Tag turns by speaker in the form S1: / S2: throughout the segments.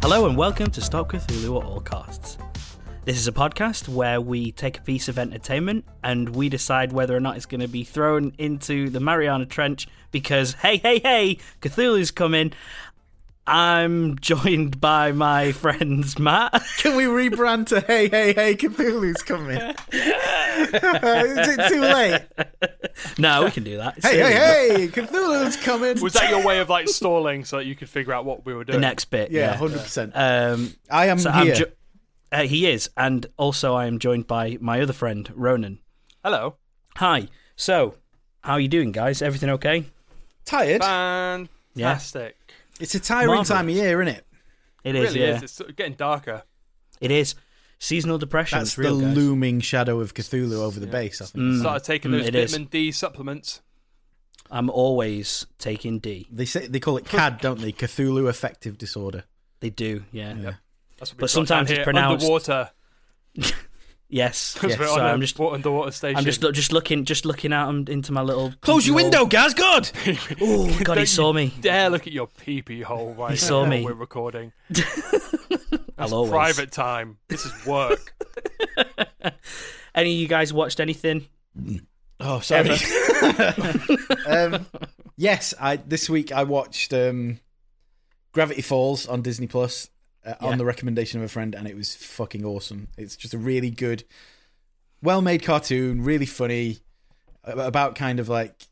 S1: Hello and welcome to Stop Cthulhu at All Costs. This is a podcast where we take a piece of entertainment and we decide whether or not it's going to be thrown into the Mariana Trench because, hey, hey, hey, Cthulhu's coming. I'm joined by my friends Matt.
S2: Can we rebrand to Hey Hey Hey Cthulhu's coming? Is it too late?
S1: no, we can do that.
S2: Hey Hey Hey Cthulhu's coming.
S3: Was that your way of like stalling so that you could figure out what we were
S1: The
S3: doing?
S1: next bit.
S2: Yeah,
S1: Yeah.
S2: hundred
S3: Uh,
S2: percent.
S1: Um,
S2: I am
S1: so I'm
S2: here.
S1: jo- uh, he is. And also, I am joined by my other friend, Ronan.
S3: Hello.
S1: Hi. So, how are you doing, guys? Everything okay?
S2: Tired.
S3: Fantastic.
S2: It's a tiring
S1: Marvellous.
S2: time of year, isn't it?
S1: It is,
S3: It really
S1: yeah.
S3: is. It's sort of getting darker.
S1: It is. Seasonal depression.
S2: That's
S1: it's real,
S2: the
S1: guys.
S2: looming shadow of Cthulhu over the base. I think.
S3: Started taking
S1: Mm,
S3: those
S1: it is.
S3: vitamin D supplements.
S1: I'm always taking D.
S2: They say they call it CAD, don't they? Cthulhu affective disorder.
S1: They do, yeah.
S3: That's what we've
S1: But
S3: got
S1: sometimes
S3: down
S1: it's
S3: here,
S1: pronounced-
S3: underwater
S1: Yes.
S3: because
S1: yes.
S3: we're
S1: Sorry,
S3: on a
S1: I'm just,
S3: wa- underwater station.
S1: I'm just, lo- just looking, just looking out um, into my little.
S2: Close your
S1: peephole.
S2: window, Gaz. God.
S1: Oh God,
S3: Don't
S1: he
S3: you
S1: saw me.
S3: Dare look at your pee pee hole right
S1: saw
S3: now
S1: me.
S3: We're recording.
S1: I'll
S3: It's
S1: always.
S3: private time. This is work.
S1: Any of you guys watched anything?
S2: Oh, sorry. um, yes, I this week I watched um, Gravity Falls on Disney Plus uh,
S1: Yeah.
S2: on the recommendation of a friend, and it was fucking awesome. It's just a really good, well-made cartoon, really funny a- about kind of like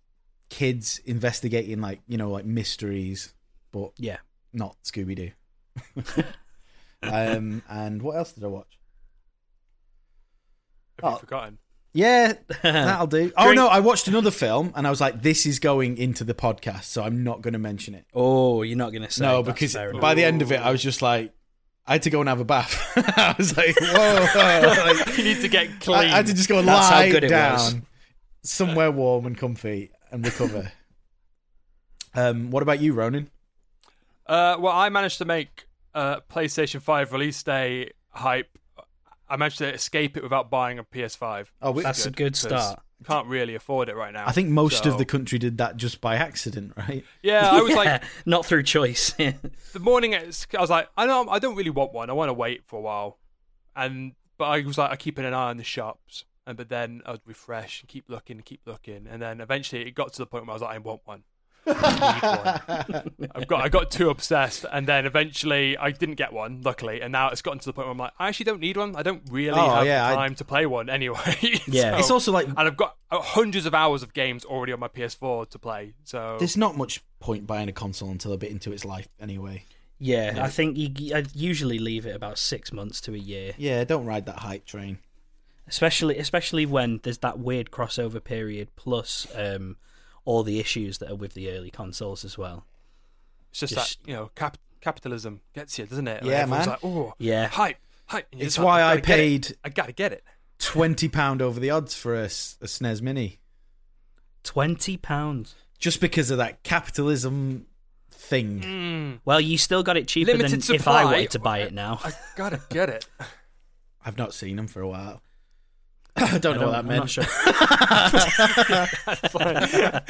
S2: kids investigating like you know like mysteries, but
S1: Yeah.
S2: not Scooby Doo. um, and what else did I watch?
S3: Have
S2: Oh.
S3: you forgotten?
S2: Yeah, that'll do. Oh
S1: Drink-
S2: no, I watched another film and I was like, this is going into the podcast, so I'm not going to mention it.
S1: Oh, you're not gonna say.
S2: no,
S1: that's
S2: because
S1: fair enough.
S2: by the end of it, I was just like, I had to go and have a bath. I was like, whoa, whoa. Like,
S3: You need to get
S2: I,
S3: clean.
S2: I had to just go and
S1: That's how
S2: lie
S1: good it
S2: down
S1: was.
S2: somewhere warm and comfy and recover. um, what about you, Ronan?
S3: Uh, well, I managed to make uh, PlayStation 5 release day hype. I managed to escape it without buying a PS5.
S2: Oh, we,
S1: that's a good
S3: 'cause
S1: start.
S3: Can't really afford it right now.
S2: I think most
S3: So-
S2: of the country did that just by accident, right?
S3: Yeah, I was
S1: Yeah,
S3: like
S1: not through choice.
S3: the morning. it's- I was like, I don't, I don't really want one. I want to wait for a while, and but I was like, I keeping an eye on the shops, and but then I'd refresh and keep looking and keep looking, and then eventually it got to the point where I was like, I want one. I need one. I've got I got too obsessed, and then eventually I didn't get one, luckily, and now it's gotten to the point where I'm like, I actually don't need one. I don't really
S2: Oh,
S3: have
S2: yeah, I-
S3: time to play one anyway.
S1: Yeah.
S2: It's also like-
S3: and I've got uh, hundreds of hours of games already on my PS4 to play. So
S2: There's not much point buying a console until a bit into its life, anyway.
S1: yeah, I think you, I usually leave it about six months to a year,
S2: Yeah, don't ride that hype train.
S1: especially especially when there's that weird crossover period plus um, all the issues that are with the early consoles as well.
S3: It's just,
S1: Just-
S3: that you know, cap- capitalism gets you, doesn't it?
S2: Yeah,
S3: everyone's
S2: man.
S3: Like, oh,
S1: Yeah.
S3: hype, hype. and you're
S2: It's
S3: just like,
S2: why I
S3: gotta get it.
S2: paid-
S3: I gotta get it.
S2: twenty pound over the odds for a, s- a SNES Mini,
S1: Twenty pounds.
S2: just because of that capitalism
S1: Mm.
S2: thing.
S1: Well, you still got it cheaper
S3: Limited
S1: than if
S3: supply.
S1: I wanted to buy it now.
S3: I gotta get it.
S2: I've not seen them for a while. I don't know what that
S1: I'm
S2: meant.
S1: not sure.
S3: You have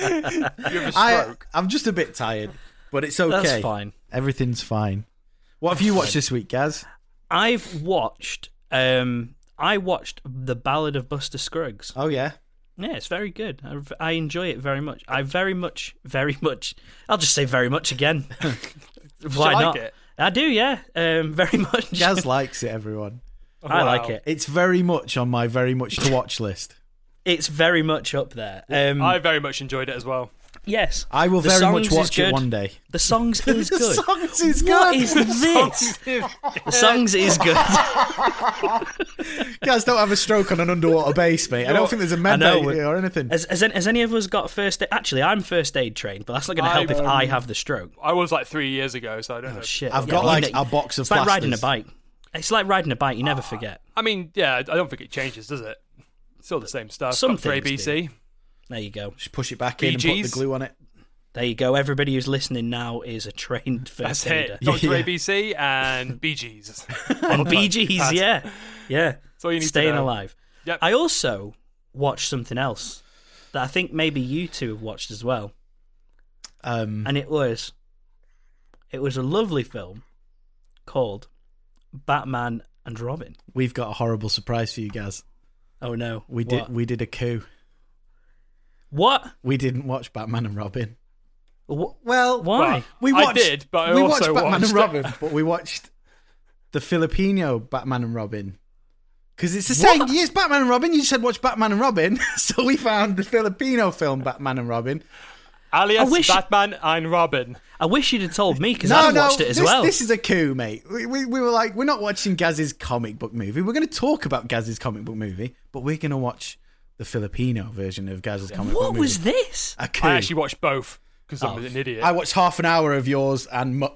S3: a
S2: I,
S3: stroke.
S2: I'm just a bit tired, but it's okay.
S1: That's fine.
S2: Everything's fine. What have you watched this week, Gaz?
S1: I've watched. Um, I watched the Ballad of Buster Scruggs.
S2: Oh yeah,
S1: Yeah, it's very good. I, I enjoy it very much. I very much, very much. I'll just say very much again. Why
S3: you like
S1: not?
S3: it?
S1: I do. Yeah, um, very much.
S2: Gaz likes it. Everyone,
S1: I
S3: Wow.
S1: like it.
S2: it's very much on my very much to watch list.
S1: It's very much up there. Um,
S3: I very much enjoyed it as well.
S1: yes,
S2: I will
S1: The
S2: very much
S1: songs is
S2: watch it
S1: good.
S2: one day.
S1: The songs is
S2: The
S1: good.
S2: songs is
S1: What
S2: good.
S1: is this? The songs is good.
S2: Gaz, don't have a stroke on an underwater base, mate. I don't think there's a med
S1: know.
S2: bay or anything.
S1: Has, has, any- has any of us got first aid? Actually, I'm first aid trained, but that's not going to
S3: I-
S1: help if I have the stroke.
S3: I was like three years ago, so I
S2: Oh,
S3: don't know.
S1: Shit.
S2: um, I've
S1: yeah,
S2: got
S1: you
S2: like
S1: know-
S2: a box of
S1: It's like riding a
S2: plasters.
S1: bike.
S2: Ah.
S1: It's like riding a bike. You never forget.
S3: I mean, yeah, I don't think it changes, does it? It's Still the same stuff.
S1: Some
S3: Got three
S1: things
S3: BC.
S1: There you go.
S2: Just push it back in and put
S3: BGs?
S2: the glue on it.
S1: There you go. Everybody who's listening now is a trained first
S3: That's
S1: aider.
S3: it. Doctor
S2: Yeah.
S3: ABC and BGs.
S1: And BGs, yeah. Yeah.
S3: all you need to
S1: Staying
S3: know.
S1: alive.
S3: Yep.
S1: I also watched something else that I think maybe you two have watched as well.
S2: Um,
S1: And it was it was a lovely film called Batman and Robin.
S2: We've got a horrible surprise for you guys.
S1: Oh no,
S2: We
S1: What?
S2: did we did a coup.
S1: What?
S2: We didn't watch Batman and Robin.
S1: Wh-
S2: Well,
S1: Why?
S2: we
S3: I
S2: watched
S3: did, but I
S2: we
S3: also
S2: watched Batman
S3: watched-
S2: and Robin, but we watched the Filipino Batman and Robin. Because it's the same.
S1: What?
S2: Yes, Batman and Robin. You said watch Batman and Robin, so we found the Filipino film Batman and Robin.
S3: Alias
S1: I wish-
S3: Batman and Robin.
S1: I wish you'd have told me because
S2: No,
S1: I've
S2: no,
S1: watched it as
S2: this,
S1: well.
S2: this is a coup, mate. We, we, we were like, we're not watching Gaz's comic book movie. We're going to talk about Gaz's comic book movie, but we're going to watch the Filipino version of Gaz's comic book
S1: what
S2: movie.
S1: was this?
S2: a coup?
S3: I actually watched both because I'm an idiot.
S2: Oh. I watched half an hour of yours and mu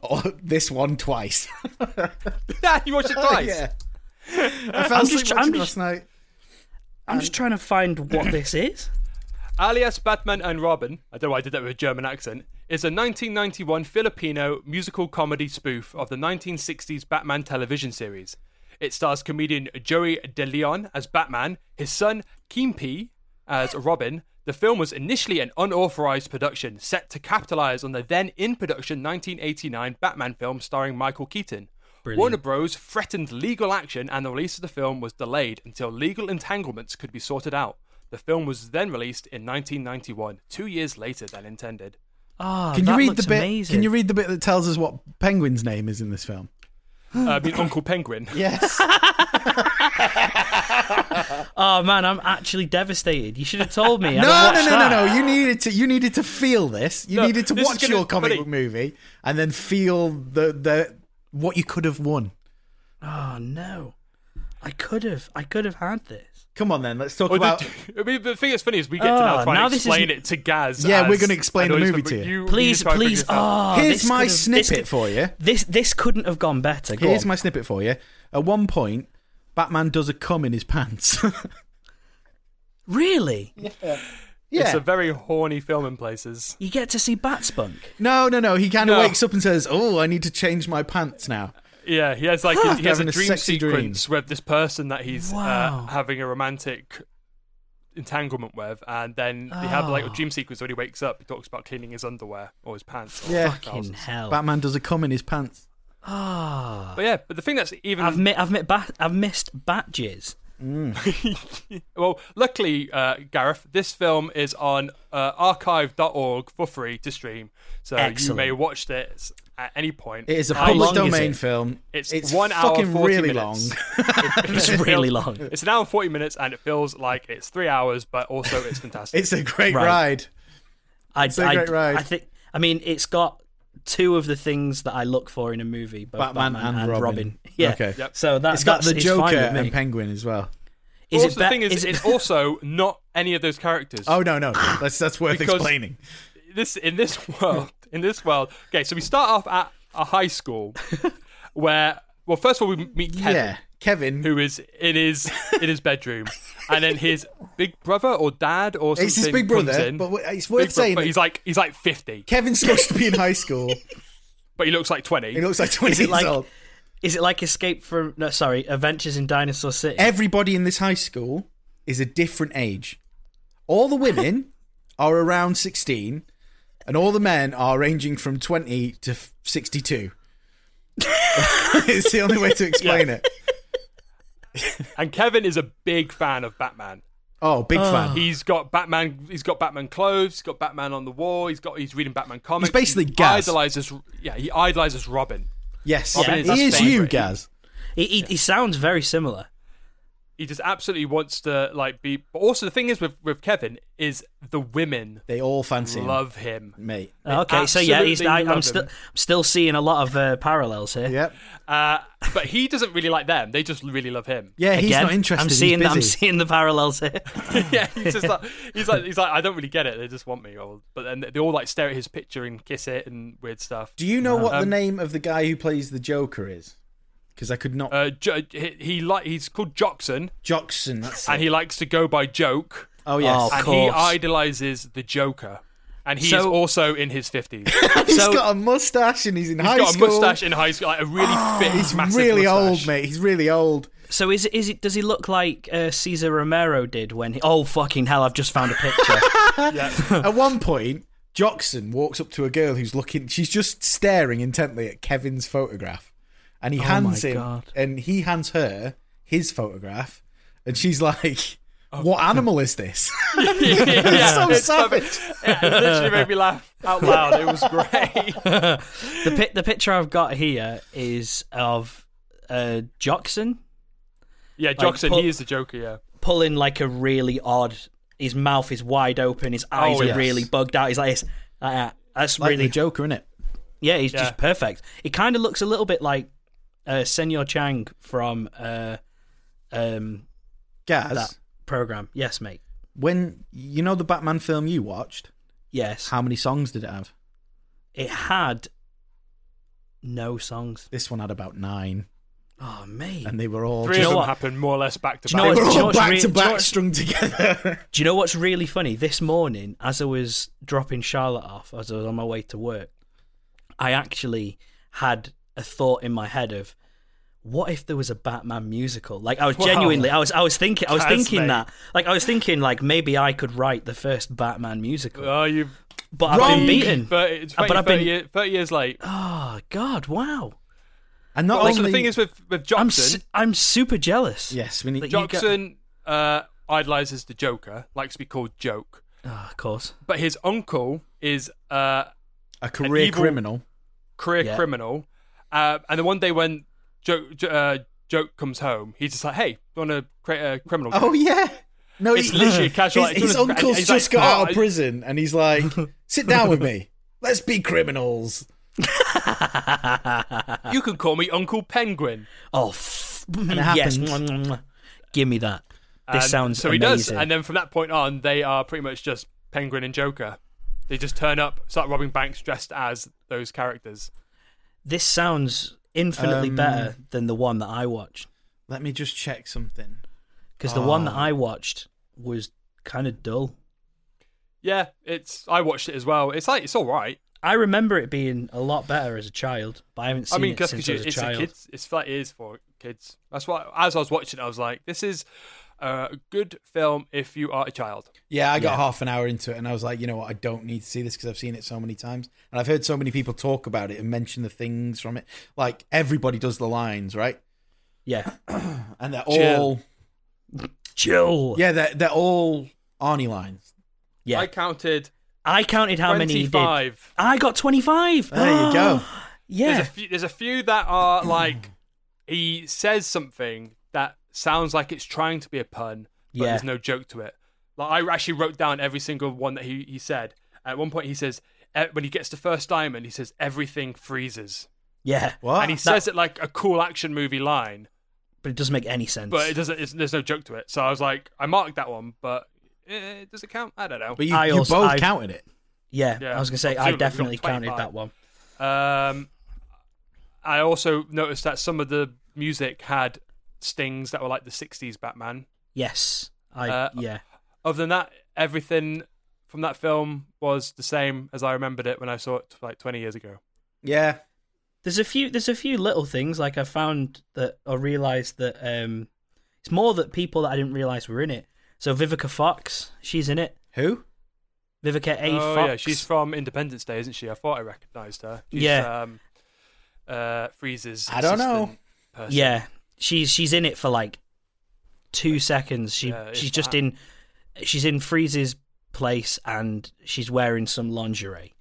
S2: this one twice.
S3: you watched it twice.
S2: Oh, yeah. I fell
S1: I'm
S2: asleep
S1: just-
S2: watching
S1: I'm
S2: it
S1: just-
S2: last night.
S1: I'm just trying to find what this is.
S3: Alias Batman and Robin, I don't know why I did that with a German accent, is a 1991 Filipino musical comedy spoof of the 1960s Batman television series. It stars comedian Joey De Leon as Batman, his son Kimpi as Robin. The film was initially an unauthorized production set to capitalize on the then in production 1989 Batman film starring Michael Keaton. Warner Bros. threatened legal action and the release of the film was delayed until legal entanglements could be sorted out. The film was then released in 1991, two years later than intended.
S1: Ah,
S2: Can
S1: that
S2: you read
S1: looks
S2: the bit?
S1: Amazing.
S2: Can you read the bit that tells us what Penguin's name is in this film?
S3: Uh, I mean, Uncle Penguin.
S2: Yes.
S1: Oh man, I'm actually devastated. You should have told me. I'd
S2: no,
S1: have
S2: no,
S1: watched
S2: no, no,
S1: that.
S2: no. You needed to. You needed to feel this. You
S3: No,
S2: needed to
S3: this is
S2: watch
S3: gonna-
S2: your comic
S3: buddy.
S2: book movie and then feel the the what you could have won.
S1: Oh no, I could have. I could have had this.
S2: Come on, then. Let's talk
S3: Well,
S2: about.
S3: the, I mean, the thing that's funny is we get to
S1: Oh,
S2: Ah,
S3: now try
S1: now
S3: and
S1: this is-
S3: explain it to Gaz.
S2: Yeah,
S3: as
S2: we're gonna explain
S3: an
S2: the
S3: audience
S2: movie
S3: member.
S2: to you. ah.
S3: you
S1: Please,
S3: just try and figure
S1: please.
S3: this out.
S1: Oh,
S2: Here's
S1: this
S2: my
S1: could have- this
S2: snippet
S1: could-
S2: for you.
S1: This this couldn't have gone better. Go
S2: Here's
S1: on.
S2: my snippet for you. At one point, Batman does a cum in his pants.
S1: Really,
S2: yeah.
S3: It's a very horny film in places.
S1: you get to see Batspunk.
S2: No, no, no. He kind of
S3: No.
S2: wakes up and says, "Oh, I need to change my pants now."
S3: Yeah, he has like he has a
S2: Having a
S3: dream
S2: sexy dream.
S3: sequence with this person that he's
S1: Wow.
S3: uh, having a romantic entanglement with, and then they have like a
S1: Oh.
S3: dream sequence when he wakes up. He talks about cleaning his underwear or his pants. Or
S2: Yeah.
S1: Fucking
S3: trousers.
S1: hell.
S2: Batman does a cum in his pants.
S1: Ah,
S3: But yeah, but the thing that's even
S1: I've mi- I've met bat- I've missed Batges.
S3: well, luckily, uh, Gareth, this film is on uh, archive.org for free to stream, so
S1: Excellent.
S3: you may watch this at any point.
S2: It is a
S1: How
S2: public
S1: long is
S2: domain
S1: it?
S2: film.
S3: It's, one hour
S2: fucking
S3: 40
S2: really
S3: minutes.
S2: long.
S1: It's really long.
S3: It's an hour and forty minutes, and it feels like it's three hours, but also it's fantastic.
S2: It's a great
S1: Right.
S2: ride.
S1: I,
S2: a
S1: I-
S2: great ride.
S1: I think. I mean, it's got two of the things that I look for in a movie: both
S2: Batman
S1: Batman,
S2: and
S1: and,
S2: Robin.
S1: Robin. Yeah.
S2: Okay. Yep.
S1: So that,
S2: It's got
S1: that's
S2: the
S1: it's fine
S2: Joker
S1: with me.
S2: and Penguin as well.
S1: Is
S3: also, the
S1: bet-
S3: thing is,
S1: it-
S3: it's also not any of those characters.
S2: Oh no, no, that's that's worth
S3: Because-
S2: explaining.
S3: this in this world in this world okay so we start off at a high school where well first of all we meet kevin
S2: Yeah, Kevin.
S3: who is in his in his bedroom and then his big brother or dad or something
S2: it's his big
S3: comes
S2: brother,
S3: in.
S2: but w- it's
S3: Big
S2: worth
S3: bro-
S2: saying.
S3: but
S2: that
S3: he's like he's like 50
S2: Kevin's supposed to be in high school.
S3: but he looks like 20
S2: He looks like twenty
S1: it
S2: years
S1: like-
S2: old.
S1: is it like Escape from? No, sorry, Adventures in Dinosaur City.
S2: Everybody in this high school is a different age. All the women are around sixteen, and all the men are ranging from twenty to f- sixty-two. it's the only way to explain it.
S3: and kevin is a big fan of batman
S2: Oh, big fan.
S3: he's got batman he's got batman clothes he's got batman on the wall he's got he's reading batman comics
S2: basically
S3: he
S2: Gaz.
S3: idolizes yeah he idolizes robin
S2: Yes,
S3: Robin
S1: is
S2: he
S3: his
S2: is you,
S3: favourite.
S2: Gaz.
S1: he, he, he sounds very similar.
S3: he just absolutely wants to like be but also the thing is with with kevin is the women
S2: They all fancy him,
S3: love him
S2: mate.
S1: Okay, so yeah, he's, I,
S3: absolutely love
S1: I'm still
S3: him.
S1: I'm still seeing a lot of uh, parallels here.
S2: Yep.
S3: uh, but he doesn't really like them they just really love him
S2: Yeah, he's
S1: Again,
S2: not interested.
S1: I'm seeing
S2: he's
S1: I'm
S2: busy.
S1: seeing the parallels here.
S3: yeah he's just like he's like he's like i don't really get it they just want me all but then they all like stare at his picture and kiss it and weird stuff
S2: Do you know what the
S3: Um,
S2: name of the guy who plays the Joker is? Because I could not.
S3: uh, jo- he, he like he's called Joxon,
S2: Joxon. That's
S3: and he likes to go by Joke,
S2: oh yes.
S1: Oh,
S3: and he
S1: course.
S3: idolizes the Joker, and he is
S1: So-
S3: also in his fifties.
S2: he's
S1: so-
S2: got a mustache and he's in high
S3: He's got
S2: school.
S3: a mustache in high school, like a really
S1: Ah,
S3: fit,
S2: He's
S3: massive
S2: really
S3: mustache.
S2: old, mate. He's really old.
S1: So is it is it does he look like uh, Caesar Romero did when he? Oh fucking hell! I've just found a picture.
S2: At one point, Joxon walks up to a girl who's looking. She's just staring intently at Kevin's photograph, and he
S1: Oh my
S2: hands him
S1: God.
S2: and he hands her his photograph, and she's like, "What animal is this?" it's so savage.
S3: Yeah, it literally made me laugh out loud. It was great.
S1: The pi- the picture I've got here is of uh, Joxon
S3: Yeah, Jockson,
S1: pull-
S3: he is the Joker. Yeah,
S1: pulling like a really odd. His mouth is wide open. His eyes
S3: Oh,
S1: are
S3: yes.
S1: really bugged out. He's like, this, like that. that's
S2: Like
S1: really
S2: the Joker, innit?
S1: yeah. He's
S3: Yeah.
S1: just perfect. He kind of looks a little bit like uh, Senor Chang from uh, um,
S2: Gaz,
S1: that program. Yes, mate.
S2: when you know the Batman film you watched,
S1: Yes,
S2: how many songs did it have?
S1: it had no songs.
S2: This one had about nine,
S1: Oh, mate.
S2: and they were all
S3: three
S1: you
S2: just,
S1: know
S3: of
S1: what?
S3: them happened more or less back to
S1: Do you know
S2: they
S3: back.
S1: what-
S2: were
S1: do you know
S2: all
S1: what's
S2: back
S1: re-
S2: to
S1: do you know
S2: back,
S1: what's-
S2: strung together.
S1: Do you know what's really funny? This morning, as I was dropping Charlotte off, as I was on my way to work, I actually had a thought in my head of, what if there was a Batman musical? Like I was
S3: Wow.
S1: genuinely, I was, I was thinking, I was
S3: That's
S1: thinking
S3: mate.
S1: that, like I was thinking, like maybe I could write the first Batman musical,
S3: Oh, you've
S1: but I've
S2: wrong.
S1: been beaten.
S3: But it's
S1: Uh,
S3: 30,
S1: but I've been-
S3: 30 year- 30 years late.
S1: Oh God, wow!
S2: and not
S3: But also,
S2: only
S3: the thing is with with
S1: I'm, su-
S3: Jockson,
S1: I'm super jealous.
S2: yes, we need
S1: Like, you got-
S3: Jockson uh, idolizes the Joker, likes to be called Joke,
S1: Ah, of course.
S3: but his uncle is uh,
S2: a career
S3: evil-
S2: criminal.
S3: career
S1: Yeah.
S3: criminal. Uh, and the one day when Joke jo- uh, Joke comes home, he's just like, "Hey, do you want to create a criminal?"
S2: Oh yeah. No,
S3: It's
S2: he-
S3: literally casual,
S2: His,
S3: like,
S2: his
S3: do you wanna-
S2: uncle's
S3: and he's
S2: just
S3: like,
S2: got
S3: "Oh,
S2: out of
S3: I-
S2: prison, and he's like, "Sit down with me. Let's be criminals."
S3: You can call me Uncle Penguin.
S1: Oh, f-
S2: it
S1: yes.
S2: happened.
S1: Mwah, mwah, mwah. Give me that. This
S3: And
S1: sounds
S3: so he
S1: amazing.
S3: does, and then from that point on, they are pretty much just Penguin and Joker. They just turn up, start robbing banks dressed as those characters.
S1: this sounds infinitely
S2: Um,
S1: better than the one that I watched
S2: Let me just check something.
S1: because the one that
S3: Ah.
S2: Oh.
S1: I watched was kind of dull.
S3: Yeah, it's. I watched it as well. It's like it's all right.
S1: I remember it being a lot better as a child, but I haven't seen
S3: I mean,
S1: it
S3: just
S1: since I
S3: because
S1: was a
S3: it's a
S1: child.
S3: kids, it's flat ears for kids. That's why. As I was watching, it, I was like, "This is a good film if you are a child."
S2: Yeah, I got
S1: Yeah.
S2: half an hour into it, and I was like, you know what? I don't need to see this because I've seen it so many times, and I've heard so many people talk about it and mention the things from it. Like everybody does the lines, right?
S1: Yeah,
S2: And they're
S3: Chill.
S2: all
S1: chill.
S2: yeah, they're they're all Arnie lines.
S1: yeah.
S3: I counted
S1: I counted how many he did.
S3: twenty-five.
S1: I got twenty-five.
S2: There you go.
S1: yeah,
S3: There's a few. There's a few that are like he says something that sounds like it's trying to be a pun, but
S1: Yeah.
S3: there's no joke to it. Like I actually wrote down every single one that he he said. At one point, he says eh, when he gets to first diamond, he says everything freezes,
S1: yeah.
S2: What?
S3: and he
S2: That-
S3: says it like a cool action movie line,
S1: But it doesn't make any sense.
S3: but it doesn't. It's, there's no joke to it. So I was like, I marked that one, but eh, does it count? I don't know.
S2: But you,
S1: I
S2: you
S1: also-
S2: both
S1: I-
S2: counted it.
S1: yeah,
S3: Yeah,
S1: I was gonna say
S3: I've
S1: I
S3: seen it, but I've
S1: definitely
S3: got
S1: counted
S3: 25.
S1: that one.
S3: Um, I also noticed that some of the music had stings that were like the '60s Batman.
S1: Yes, I
S3: Uh,
S1: yeah.
S3: Other than that, everything from that film was the same as I remembered it when I saw it like 20 years ago.
S2: Yeah,
S1: there's a few there's a few little things like I found that I realized that um it's more that people that I didn't realize were in it. So Vivica Fox, she's in it.
S2: who?
S1: Vivica A.
S3: oh
S1: Fox.
S3: yeah, she's from Independence Day, isn't she? I thought I recognised her. She's,
S1: Yeah.
S3: Um, uh, freezes.
S2: I don't know.
S3: assistant person.
S1: yeah, she's she's in it for like two seconds. She
S3: Yeah, if
S1: she's just
S3: that.
S1: in she's in Freeze's place and she's wearing some lingerie.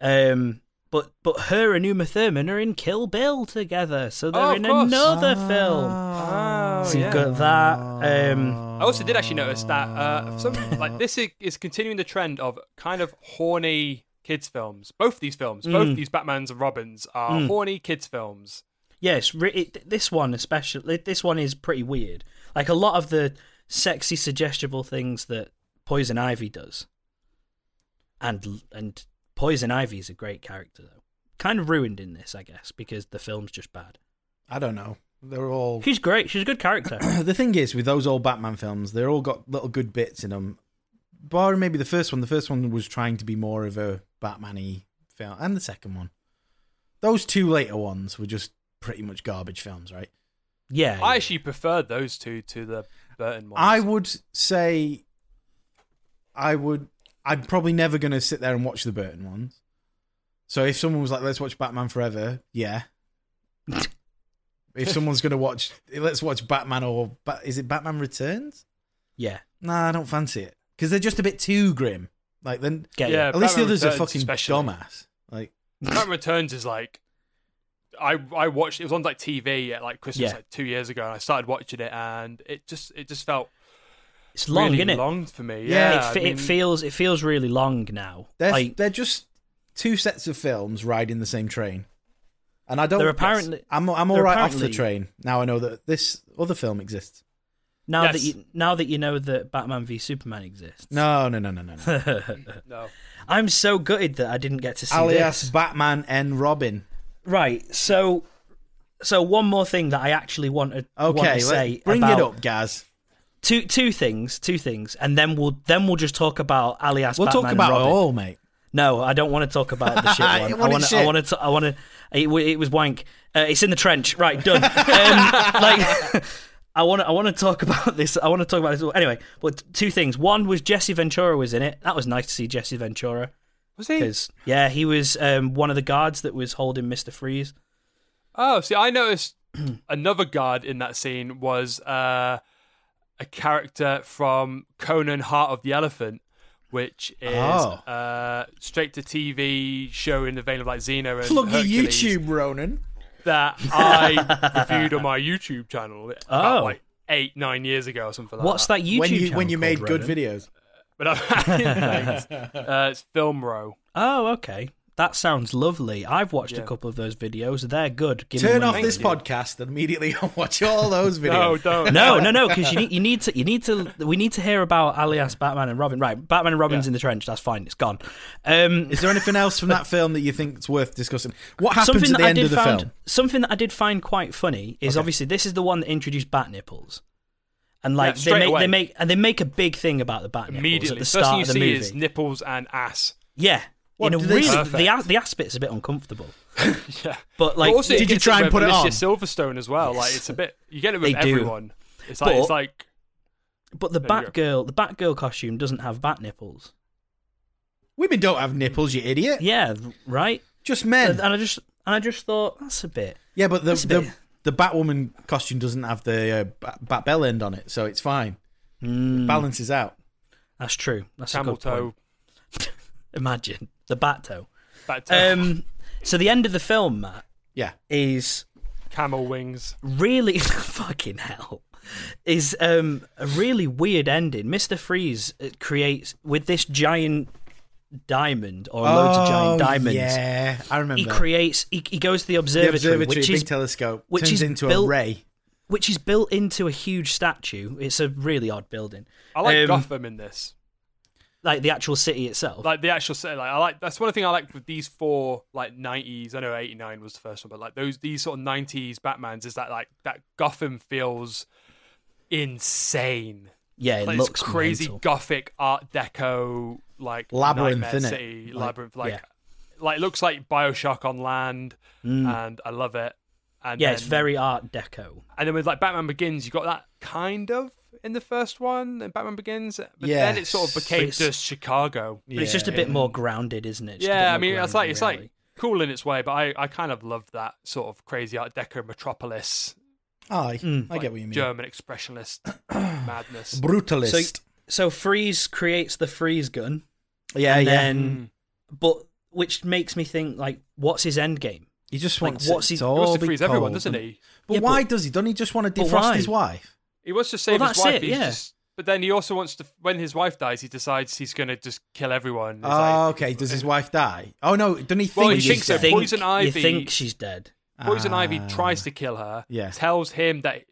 S1: Um, but but her and Uma Thurman are in Kill Bill together, so they're
S3: Oh, of
S1: in
S3: course.
S1: another film.
S2: Ah.
S3: Oh,
S1: So
S3: yeah.
S1: you've got that. Um,
S3: I also did actually notice that uh, some like this is, is continuing the trend of kind of horny kids films. Both these films,
S1: Mm.
S3: both these Batman's and Robins are horny kids films.
S1: Yes, re- it, this one especially. This one is pretty weird. Like a lot of the sexy, suggestible things that Poison Ivy does, and and Poison Ivy is a great character though. Kind of ruined in this, I guess, because the film's just bad.
S2: I don't know. They're all
S1: She's great. She's a good character.
S2: the thing is with those old Batman films, they're all got little good bits in them. Barring maybe the first one, the first one was trying to be more of a Batman-y film, and the second one. Those two later ones were just pretty much garbage films, right?
S1: yeah,
S3: I actually preferred those two to the Burton ones.
S2: I would say, I would, I'm probably never going to sit there and watch the Burton ones. So if someone was like, "Let's watch Batman Forever," yeah, If someone's going to watch, let's watch Batman or Ba- is it Batman Returns?
S1: Yeah.
S2: Nah, I don't fancy it because they're just a bit too grim. Like then,
S1: Get
S3: Yeah.
S1: you.
S2: at least the
S3: Batman
S2: others are
S3: Returns
S2: fucking
S3: especially.
S2: dumbass. Like
S3: Batman Returns is like I I watched it was on like TV at like Christmas
S1: Yeah.
S3: like two years ago, and I started watching it, and it just it just felt
S1: It's long,
S3: really
S1: isn't it?
S3: long for me.
S2: Yeah,
S3: Yeah,
S1: it,
S3: I
S1: fe-
S3: mean,
S1: it feels it feels really long now.
S2: they're
S1: like
S2: they're just two sets of films riding the same train. And I don't.
S1: They're apparently-
S2: I'm I'm
S1: they're
S2: all right off the
S1: apparently-
S2: train now. I know that this other film exists.
S1: now that
S3: Yes.
S1: you now that you know that Batman v Superman exists.
S2: No, no, no, no, no. no.
S3: no.
S1: I'm so gutted that I didn't get to see
S2: Alias
S1: this.
S2: Batman and Robin.
S1: Right. So so one more thing that I actually wanted
S2: Okay,
S1: want to
S2: let's
S1: say
S2: bring
S1: about
S2: it up, Gaz.
S1: two two things, two things, and then we'll then we'll just talk about alias.
S2: We'll
S1: Batman
S2: talk
S1: and
S2: about it
S1: Robin.
S2: all, mate.
S1: No, I don't want to talk about the shit one. I
S2: It
S1: want
S2: wanted
S1: to. I
S2: shit.
S1: want to. I want to. It, w- it was wank. Uh, it's in the trench. Right, done. um, like, I want. to. I want to talk about this. I want to talk about this. Anyway, but two things. One was Jesse Ventura was in it. That was nice to see Jesse Ventura
S3: Was he?
S1: because yeah, he was um, one of the guards that was holding Mister Freeze.
S3: Oh, see, I noticed
S1: Hmm.
S3: another guard in that scene was uh, a character from Conan Heart of the Elephant, which is
S2: Oh.
S3: uh, straight to TV show in the vein of like Xena and
S2: Plug your
S3: Hercules
S2: YouTube, Ronan.
S3: that I reviewed on my YouTube channel
S1: Oh.
S3: about like eight, nine years ago or something like
S1: What's
S3: that.
S1: that YouTube
S2: when you
S1: channel
S2: when you
S1: called,
S2: made good
S1: Ronan? Mm,
S2: videos.
S3: But I- Thanks. uh, it's Film Row.
S1: Oh, okay. That sounds lovely. I've watched a
S3: Yeah.
S1: couple of those videos. They're good. Give me
S2: Turn
S1: money.
S2: off this podcast and immediately watch all those videos.
S3: No, Oh, don't.
S1: No, no, no, because you need you need to you need to we need to hear about alias Batman and Robin. Right, Batman and Robin's
S3: Yeah.
S1: in the trench. That's fine. It's gone. Um,
S2: Is there anything else from that film that you think is worth discussing? What happens
S1: something
S2: at
S1: that
S2: the
S1: I
S2: end of
S1: did
S2: the
S1: find
S2: film?
S1: something that I did find quite funny is
S2: Okay.
S1: obviously this is the one that introduced bat nipples, and like
S3: Yeah,
S1: they
S3: straight
S1: make
S3: away.
S1: they make and they make a big thing about the bat nipples at
S3: Immediately,
S1: the
S3: first thing
S1: start
S3: you
S1: of the
S3: see
S1: movie.
S3: is nipples and ass.
S1: yeah, in
S2: What,
S1: a
S2: do they-
S1: really the
S3: Perfect.
S1: ass- the ass bit's a bit uncomfortable,
S3: Yeah.
S1: but like
S3: but also,
S2: did
S3: it
S2: you
S3: gets
S2: try and
S3: with
S2: put it
S3: Alicia
S2: on?
S3: Silverstone as well. Like it's a bit. You get it with
S1: They do.
S3: everyone. It's like it's
S1: But-
S3: like
S1: but the
S3: There you
S1: Batgirl the Batgirl costume doesn't have bat nipples.
S2: Women don't have nipples, you idiot.
S1: Yeah, right.
S2: Just
S1: And,
S2: men.
S1: and I just and I just thought that's a bit.
S2: Yeah, but the
S1: That's a
S2: the,
S1: bit-
S2: the Batwoman costume doesn't have the uh, bat, bat bell end on it, so it's fine.
S1: Hmm.
S2: Balances out.
S1: That's true. That's a
S3: camel
S1: good point.
S3: toe.
S1: Imagine the bat toe.
S3: Back to
S1: Um, so the end of the film, Matt,
S2: Yeah.
S1: is
S3: camel wings.
S1: really fucking hell. Is um, a really weird ending. Mister Freeze uh, creates with this giant diamond or loads of giant
S2: Oh,
S1: diamonds.
S2: Yeah, I remember.
S1: He creates. He, he goes to the
S2: the
S1: observatory,
S2: observatory,
S1: which
S2: big
S1: is
S2: telescope,
S1: which
S2: turns
S1: is
S2: into a
S1: built-
S2: ray.
S1: which is built into a huge statue. It's a really odd building.
S3: I like
S1: Um,
S3: Gotham in this.
S1: like the actual city itself.
S3: Like the actual set. Like I like. That's one thing I like with these four like nineties. I know eighty nine was the first one, but like those these sort of nineties Batman's is that like that Gotham feels insane.
S1: yeah, it
S3: like
S1: looks
S3: this crazy
S1: mental.
S3: gothic art deco like
S2: Labyrinth,
S3: nightmare
S2: innit?
S3: city
S2: Like-
S3: labyrinth like
S1: yeah.
S3: like it looks like Bioshock on land and I love it. And
S1: Mm. Yeah,
S3: then,
S1: it's very Art Deco.
S3: and then with like Batman Begins you got that kind of in the first one and Batman Begins but then it sort of
S2: Yes.
S3: became
S1: But it's-
S3: just Chicago.
S1: But it's just a bit more grounded, isn't it? It's just a bit
S3: Yeah, I
S1: more
S3: mean it's like
S1: grounded,
S3: it's
S1: really.
S3: like cool in its way, but I, I kind of love that sort of crazy art deco metropolis
S2: Aye, I
S3: like
S2: get what you mean.
S3: German expressionist madness.
S2: Brutalist.
S1: so. Freeze creates the freeze gun,
S2: yeah,
S1: and
S2: Uh, yeah. Hmm.
S1: then
S3: Hmm.
S1: but which makes me think like, what's his end game?
S2: he just
S1: like,
S2: wants
S1: what's
S2: it
S1: he-
S2: to
S1: he
S2: all
S3: He wants to
S2: be
S3: freeze everyone,
S2: cold
S3: doesn't
S2: and-
S3: he?
S2: But
S1: Yeah,
S2: why
S1: but-
S2: does he? Don't he just want to
S1: But
S2: defrost
S1: why?
S2: his wife?
S3: He wants to save
S1: Well,
S3: his
S1: that's
S3: wife.
S1: it,
S3: he's
S1: yeah.
S3: just, but then he also wants to. When his wife dies, he decides he's going to just kill everyone. It's
S2: Oh,
S1: Ah,
S3: like-
S2: okay. Does his wife die? Oh no, doesn't he think?
S3: Well, he
S2: she's
S1: you
S3: thinks so.
S2: dead?
S1: think,
S3: Poison Ivy-
S1: You think she's dead?
S3: Poison Ivy
S2: Ah.
S3: tries to kill her.
S2: Yes.
S3: Tells him that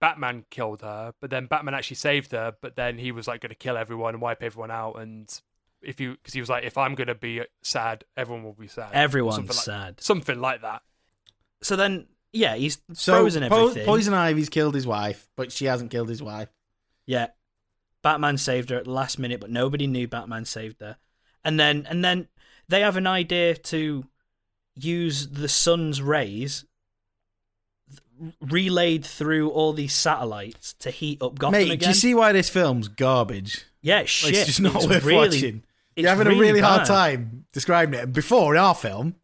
S3: Batman killed her, but then Batman actually saved her. But then he was like going to kill everyone and wipe everyone out. And if you, because he was like, if I'm going to be sad, everyone will be sad. or
S1: Everyone's
S3: something like-
S1: sad.
S3: Something like that.
S1: So then, yeah, he's
S2: So
S1: frozen
S2: Po-
S1: everything.
S2: Poison Ivy's killed his wife, but she hasn't killed his wife.
S1: Yeah, Batman saved her at the last minute, but nobody knew Batman saved her. And then, and then they have an idea to use the sun's rays th- relayed through all these satellites to heat up Gotham
S2: Mate,
S1: again.
S2: do you see why this film's garbage?
S1: Yeah, it's shit.
S2: It's just not worth
S1: really-
S2: watching.
S1: it's
S2: You're having a
S1: really
S2: really hard
S1: bad.
S2: time describing it. And Before in our film,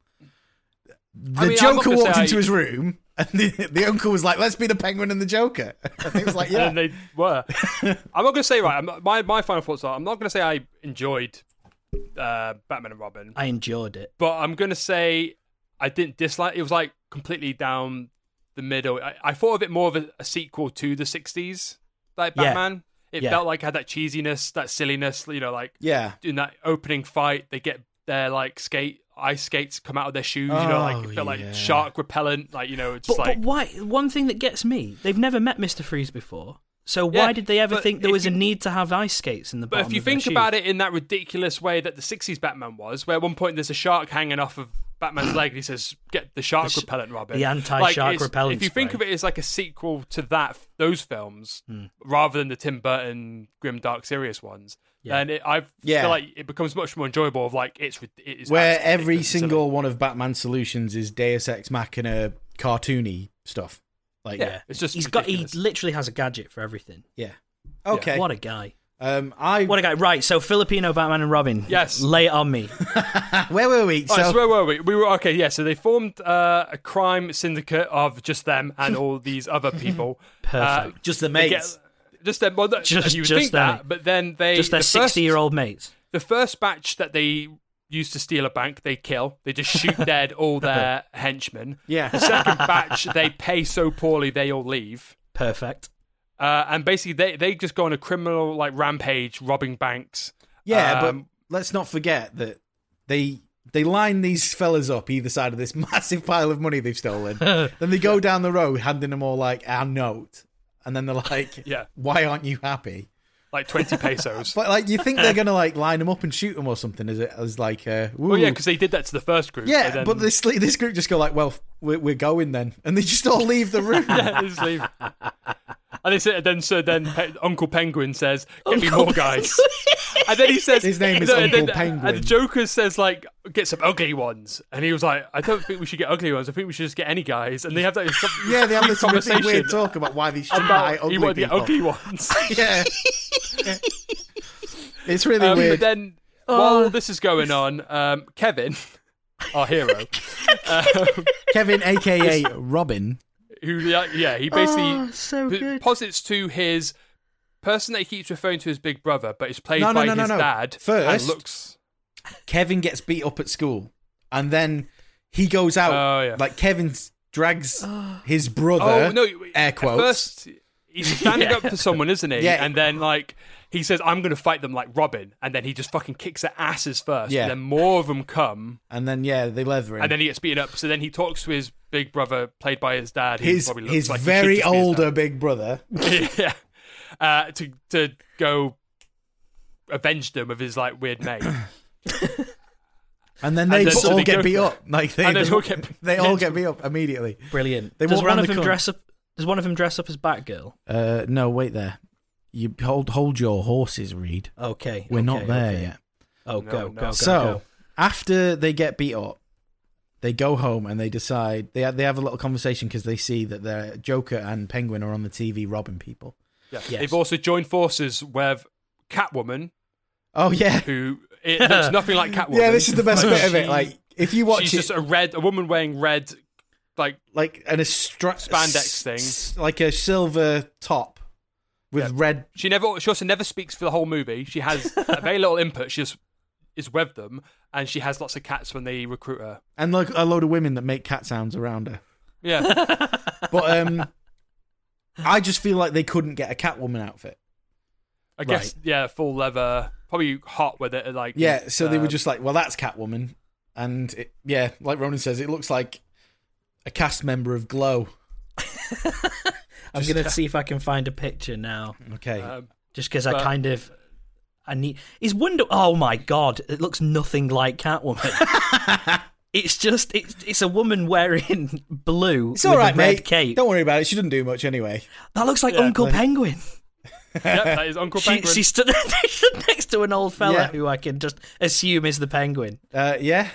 S2: the
S3: mean, I'm not
S2: Joker
S3: gonna
S2: walked
S3: say
S2: into
S3: I-
S2: his room And the, the uncle was like, "Let's be the Penguin and the Joker." And he was like, "Yeah."
S3: And they were. I'm not going to say right. I'm not- my my final thoughts are. I'm not going to say I enjoyed uh, Batman and Robin,
S1: I enjoyed it.
S3: but I'm going to say I didn't dislike. It was like completely down the middle. I, I thought of it more of a, a sequel to the '60s, like
S1: Yeah.
S3: Batman. It
S1: Yeah.
S3: felt like it had that cheesiness, that silliness. You know, like
S2: yeah.
S3: in that opening fight, they get their like skate ice skates come out of their shoes. you know, like
S2: Oh,
S3: it felt
S2: yeah.
S3: like shark repellent. Like you know, it's
S1: But,
S3: just like
S1: but why? One thing that gets me: they've never met Mister Freeze before. So why
S3: Yeah,
S1: did they ever
S3: but
S1: think there
S3: if
S1: was a
S3: you-
S1: need to have ice skates in the
S3: But
S1: bottom?
S3: if you
S1: of their
S3: think
S1: shoe?
S3: about it in that ridiculous way that the 60s Batman was, where at one point there's a shark hanging off of Batman's leg and he says, Get the shark
S1: sh-
S3: repellent, Robin.
S1: the anti-shark
S3: it's-
S1: repellent
S3: If you think of
S1: spray. Hmm.
S3: it as like a sequel to that, those films, rather than the Tim Burton Grim Dark Serious ones,
S1: Yeah.
S3: then it, I
S2: Yeah.
S3: feel like it becomes much more enjoyable of like, it's. rid- It is
S2: Where
S3: absolutely
S2: every
S3: ridiculous and
S2: single one of Batman's solutions is Deus Ex Machina cartoony stuff. Like,
S3: silly.
S2: yeah.
S3: Yeah, it's just.
S1: he's
S3: ridiculous.
S1: got he literally has a gadget for everything.
S2: Okay.
S1: What a guy!
S2: Um, I
S1: What a guy! Right, so Filipino Batman and Robin.
S3: Yes.
S1: lay it on me.
S2: where were we?
S3: All right,
S2: so
S3: so where were we? We were okay. Yeah, so they formed uh, a crime syndicate of just them and all these other people. Uh,
S1: Perfect.
S2: just the
S3: They
S2: mates.
S3: get- just them. Well,
S1: Just-
S3: just, you would
S1: just
S3: think
S1: them.
S3: that, but then they
S1: Just their
S3: the first-
S1: sixty-year-old mates.
S3: The first batch that they used to steal a bank, they kill. They just shoot dead all their henchmen.
S2: Yeah.
S3: The second batch, they pay so poorly they all leave.
S1: Perfect.
S3: Uh, and basically, they, they just go on a criminal like rampage, robbing banks.
S2: Yeah,
S3: Um,
S2: but let's not forget that they they line these fellas up either side of this massive pile of money they've stolen. then they go down the road handing them all like our note, and then they're like,
S3: Yeah.
S2: why aren't you happy?"
S3: like twenty pesos.
S2: But like, you think they're gonna like line them up and shoot them or something? As a, as like, uh,
S3: well, yeah,
S2: ooh.
S3: because they did that to the first group. so
S2: yeah.
S3: then-
S2: But this this group just go like, "Well, we're, we're going then," and they just all leave the room.
S3: Yeah, just leave. and they said, then so then Pe- Uncle Penguin says, "Get me more guys." and then he says,
S2: His name is
S3: and
S2: Uncle
S3: then-
S2: Penguin.
S3: And the Joker says, "Like, get some ugly ones." And he was like, "I don't think we should get ugly ones. I think we should just get any guys." And they have that
S2: yeah, they have
S3: huge
S2: this really
S3: conversation
S2: weird talk about why they shoot
S3: about
S2: buy
S3: E he
S2: ugly
S3: wanted the
S2: people.
S3: ugly ones. Um,
S2: Yeah. It's really
S3: Um,
S2: weird.
S3: but then, while this is going on, um, Kevin, our hero, um,
S2: Kevin, aka Robin.
S3: who yeah, he basically
S1: so
S3: p- posits to his person that he keeps referring to as Big Brother, but is played
S2: No, no,
S3: by
S2: no, no,
S3: his
S2: no.
S3: dad.
S2: First-
S3: and looks
S2: Kevin gets beat up at school, and then he goes out.
S3: Oh, yeah.
S2: Like Kevin drags his brother.
S3: oh no,
S2: air
S3: at
S2: quotes.
S3: First, he's standing up for someone, isn't he?
S2: Yeah.
S3: and then like he says, "I'm going to fight them like Robin," and then he just fucking kicks their asses first.
S2: Yeah.
S3: and then more of them come,
S2: and then yeah, they leather him.
S3: and then he gets beaten up. So then he talks to his big brother, played by his dad. who
S2: his
S3: probably looks
S2: his
S3: like he should
S2: very
S3: just be his dad.
S2: older big brother.
S3: yeah, uh, to to go avenge them of his like weird mate.
S2: And then they
S3: then-
S2: all
S3: so they
S2: get
S3: go-
S2: beat up. Like they,
S3: And they
S2: they
S3: all get-
S2: they all get beat up immediately.
S1: Brilliant.
S2: They
S1: does
S2: walk
S1: one
S2: round
S1: of
S2: the
S1: them
S2: corner.
S1: dress up? Does one of them dress up as Batgirl?
S2: Uh, no, wait there. You hold hold your horses, Reed.
S1: Okay,
S2: We're not
S1: okay,
S2: there
S1: okay.
S2: yet.
S1: Oh,
S3: No,
S1: go,
S3: no.
S1: go, go.
S2: so
S1: go.
S2: after they get beat up, they go home and they decide they have, they have a little conversation because they see that their Joker and Penguin are on the TV robbing people.
S3: Yeah.
S1: Yes.
S3: They've also joined forces with Catwoman,
S2: Oh yeah,
S3: who it looks nothing like Catwoman.
S2: yeah. This is the best
S3: Like,
S2: bit of it.
S3: she-
S2: Like if you
S3: she's
S2: watch it,
S3: just a red, a woman wearing red, like
S2: like an a stra-
S3: spandex thing.
S2: like a silver top with
S3: Yeah.
S2: red.
S3: she never. She also never speaks for the whole movie. She has a very little input. She just is with them, and she has lots of cats when they recruit her.
S2: And like a load of women that make cat sounds around her.
S3: Yeah,
S2: But um, I just feel like they couldn't get a Catwoman outfit.
S3: I guess yeah, full leather, probably hot with it. Like
S2: Yeah, so they
S3: uh,
S2: were
S1: um,
S2: just like, well, that's Catwoman, and it, yeah, like Ronan says, it looks like a cast member of Glow.
S1: I'm gonna see if I can find a picture now,
S2: Okay,
S1: Uh,
S3: um,
S1: just because I
S3: But-
S1: kind of. I need is window. Oh my god! It looks nothing like Catwoman. it's just it's it's a woman wearing blue
S2: it's
S1: with
S2: all right,
S1: a red
S2: mate.
S1: cape.
S2: Don't worry about it. She doesn't do much anyway.
S1: That looks like Uncle Penguin.
S3: yep, that is Uncle
S1: She,
S3: Penguin.
S1: she stood she stood next to an old fella
S2: Yeah.
S1: who I can just assume is the Penguin.
S2: Uh, yeah,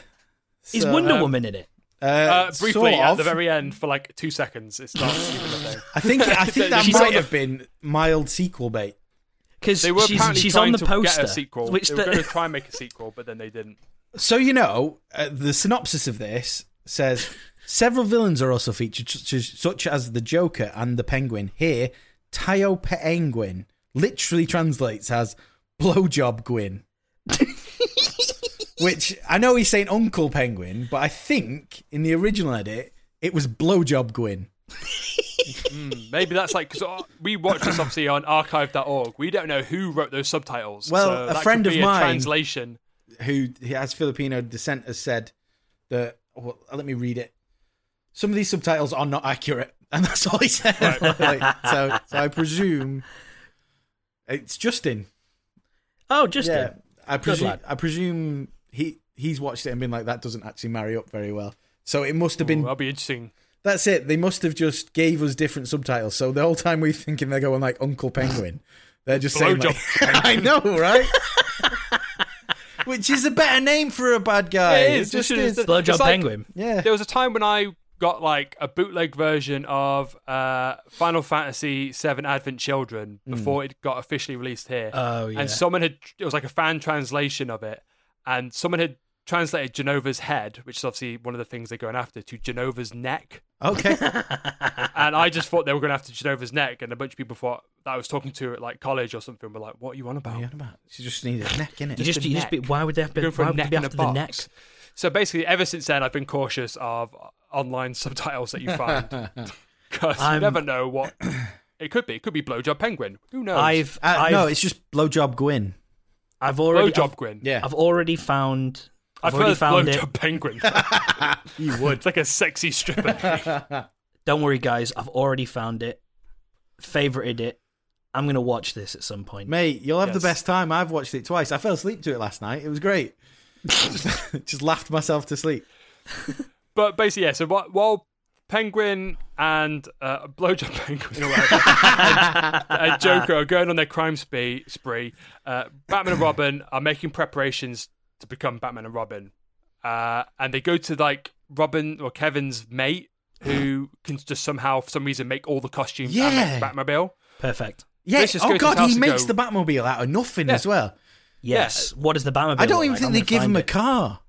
S1: Is
S2: So,
S1: Wonder
S3: um,
S1: Woman in it?
S2: uh,
S3: uh, briefly
S2: sort
S3: at
S2: of.
S3: the very end for like two seconds. It's not even a thing.
S2: I think I think that
S3: She's
S2: might
S3: sort of-
S2: have been mild sequel bait.
S1: Because
S3: They were
S1: she's,
S3: apparently
S1: she's
S3: trying
S1: on the
S3: to
S1: poster.
S3: get a sequel.
S1: Which
S3: they were
S1: the-
S3: going to try and make a sequel, but then they didn't.
S2: So you know uh, the synopsis of this says several villains are also featured, such as, such as the Joker and the Penguin. Here, Tayo Penguin literally translates as blowjob Gwyn, which I know he's saying Uncle Penguin, but I think in the original edit it was blowjob Gwyn.
S3: Maybe that's like because we watched this obviously on archive.org. We don't know who wrote those subtitles.
S2: Well,
S3: so
S2: a
S3: that could
S2: friend of
S3: be a
S2: mine-
S3: Translation.
S2: who he has Filipino descent has said that. Well, let me read it. Some of these subtitles are not accurate, and that's all he said. Like, so, so I presume it's Justin.
S1: Oh, just
S2: Yeah, I presume.
S1: lad.
S2: I presume he he's watched it and been like, that doesn't actually marry up very well. So it must have
S3: Ooh,
S2: been.
S3: that'll be interesting.
S2: That's it. They must have just gave us different subtitles. So the whole time we're thinking they're going like Uncle Penguin, they're just saying like, I know, right? Which is a better name for a bad guy.
S3: It is.
S2: just
S3: It
S2: is.
S3: is.
S1: blowjob
S3: It's like-
S1: penguin.
S2: Yeah.
S3: There was a time when I got like a bootleg version of uh, Final Fantasy VII Advent Children before it got officially released here.
S1: Hmm. Oh, yeah.
S3: And someone had it was like a fan translation of it, and someone had translated Genova's head, which is obviously one of the things they're going after, to Genova's neck.
S2: Okay.
S3: and I just thought they were going after Genova's neck, and a bunch of people thought that I was talking to at like college or something were like, "What are you
S1: Oh,
S3: on about?"
S2: She just needed a neck, innit?
S1: You just,
S3: the
S1: you just be,
S3: neck.
S1: why would they have been,
S3: Going for
S1: why
S3: a
S1: would they
S3: neck
S1: be
S3: in a
S1: after the neck?
S3: box. So basically, ever since then, I've been cautious of online subtitles that you find because you
S1: I'm-
S3: never know what it could be. It could be blowjob penguin. Who knows?
S1: I've,
S2: Uh,
S1: I've,
S2: no, it's just blowjob Gwyn.
S1: I've already, I've,
S3: blowjob Gwyn.
S2: Yeah.
S1: I've already found, I've,
S3: I've heard
S1: already
S3: of
S1: found it.
S3: blowjob penguin. you would. It's like a sexy stripper.
S1: Don't worry, guys. I've already found it, favorited it. I'm gonna watch this at some point.
S2: Mate, you'll have
S3: Yes.
S2: the best time. I've watched it twice. I fell asleep to it last night. It was great. just laughed myself to sleep.
S3: but basically, yeah. So wh- while penguin and uh, blowjob penguin or whatever, and, and Joker are going on their crime spree, spree uh, Batman and Robin are making preparations to become Batman and Robin, uh, and they go to like Robin or Kevin's mate. Who can just somehow, for some reason, make all the costumes
S2: Yeah.
S3: and make Batmobile?
S1: Perfect.
S2: Yeah.
S3: Let's just go
S2: Oh
S3: to his
S2: god,
S3: house
S2: he
S3: and
S2: makes
S3: go-
S2: the Batmobile out of nothing as well.
S1: Yes. What is the Batmobile?
S2: I don't
S1: look like? I'm
S2: even think they
S1: gonna
S2: give
S1: find
S2: him a
S1: it.
S2: car.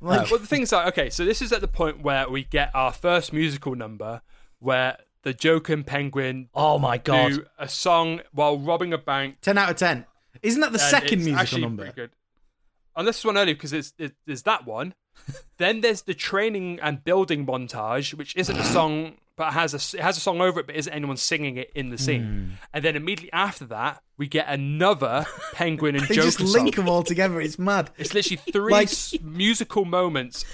S2: Like,
S3: Well, the thing's like, okay, so this is at the point where we get our first musical number where the Joker and Penguin
S1: Oh my god!
S3: do a song while robbing a bank
S2: 10 out of 10. Isn't that the
S3: and
S2: second
S3: it's
S2: musical
S3: actually
S2: number?
S3: pretty Good. And this one earlier because it's it, there's that one. then there's the training and building montage, which isn't a song, but has a s- it has a song over it, but isn't anyone singing it in the
S2: Hmm.
S3: scene. And then immediately after that, we get another Penguin and
S2: They
S3: Joker
S2: just link
S3: song.
S2: them all together. It's mad.
S3: It's literally three
S2: Like-
S3: s- musical moments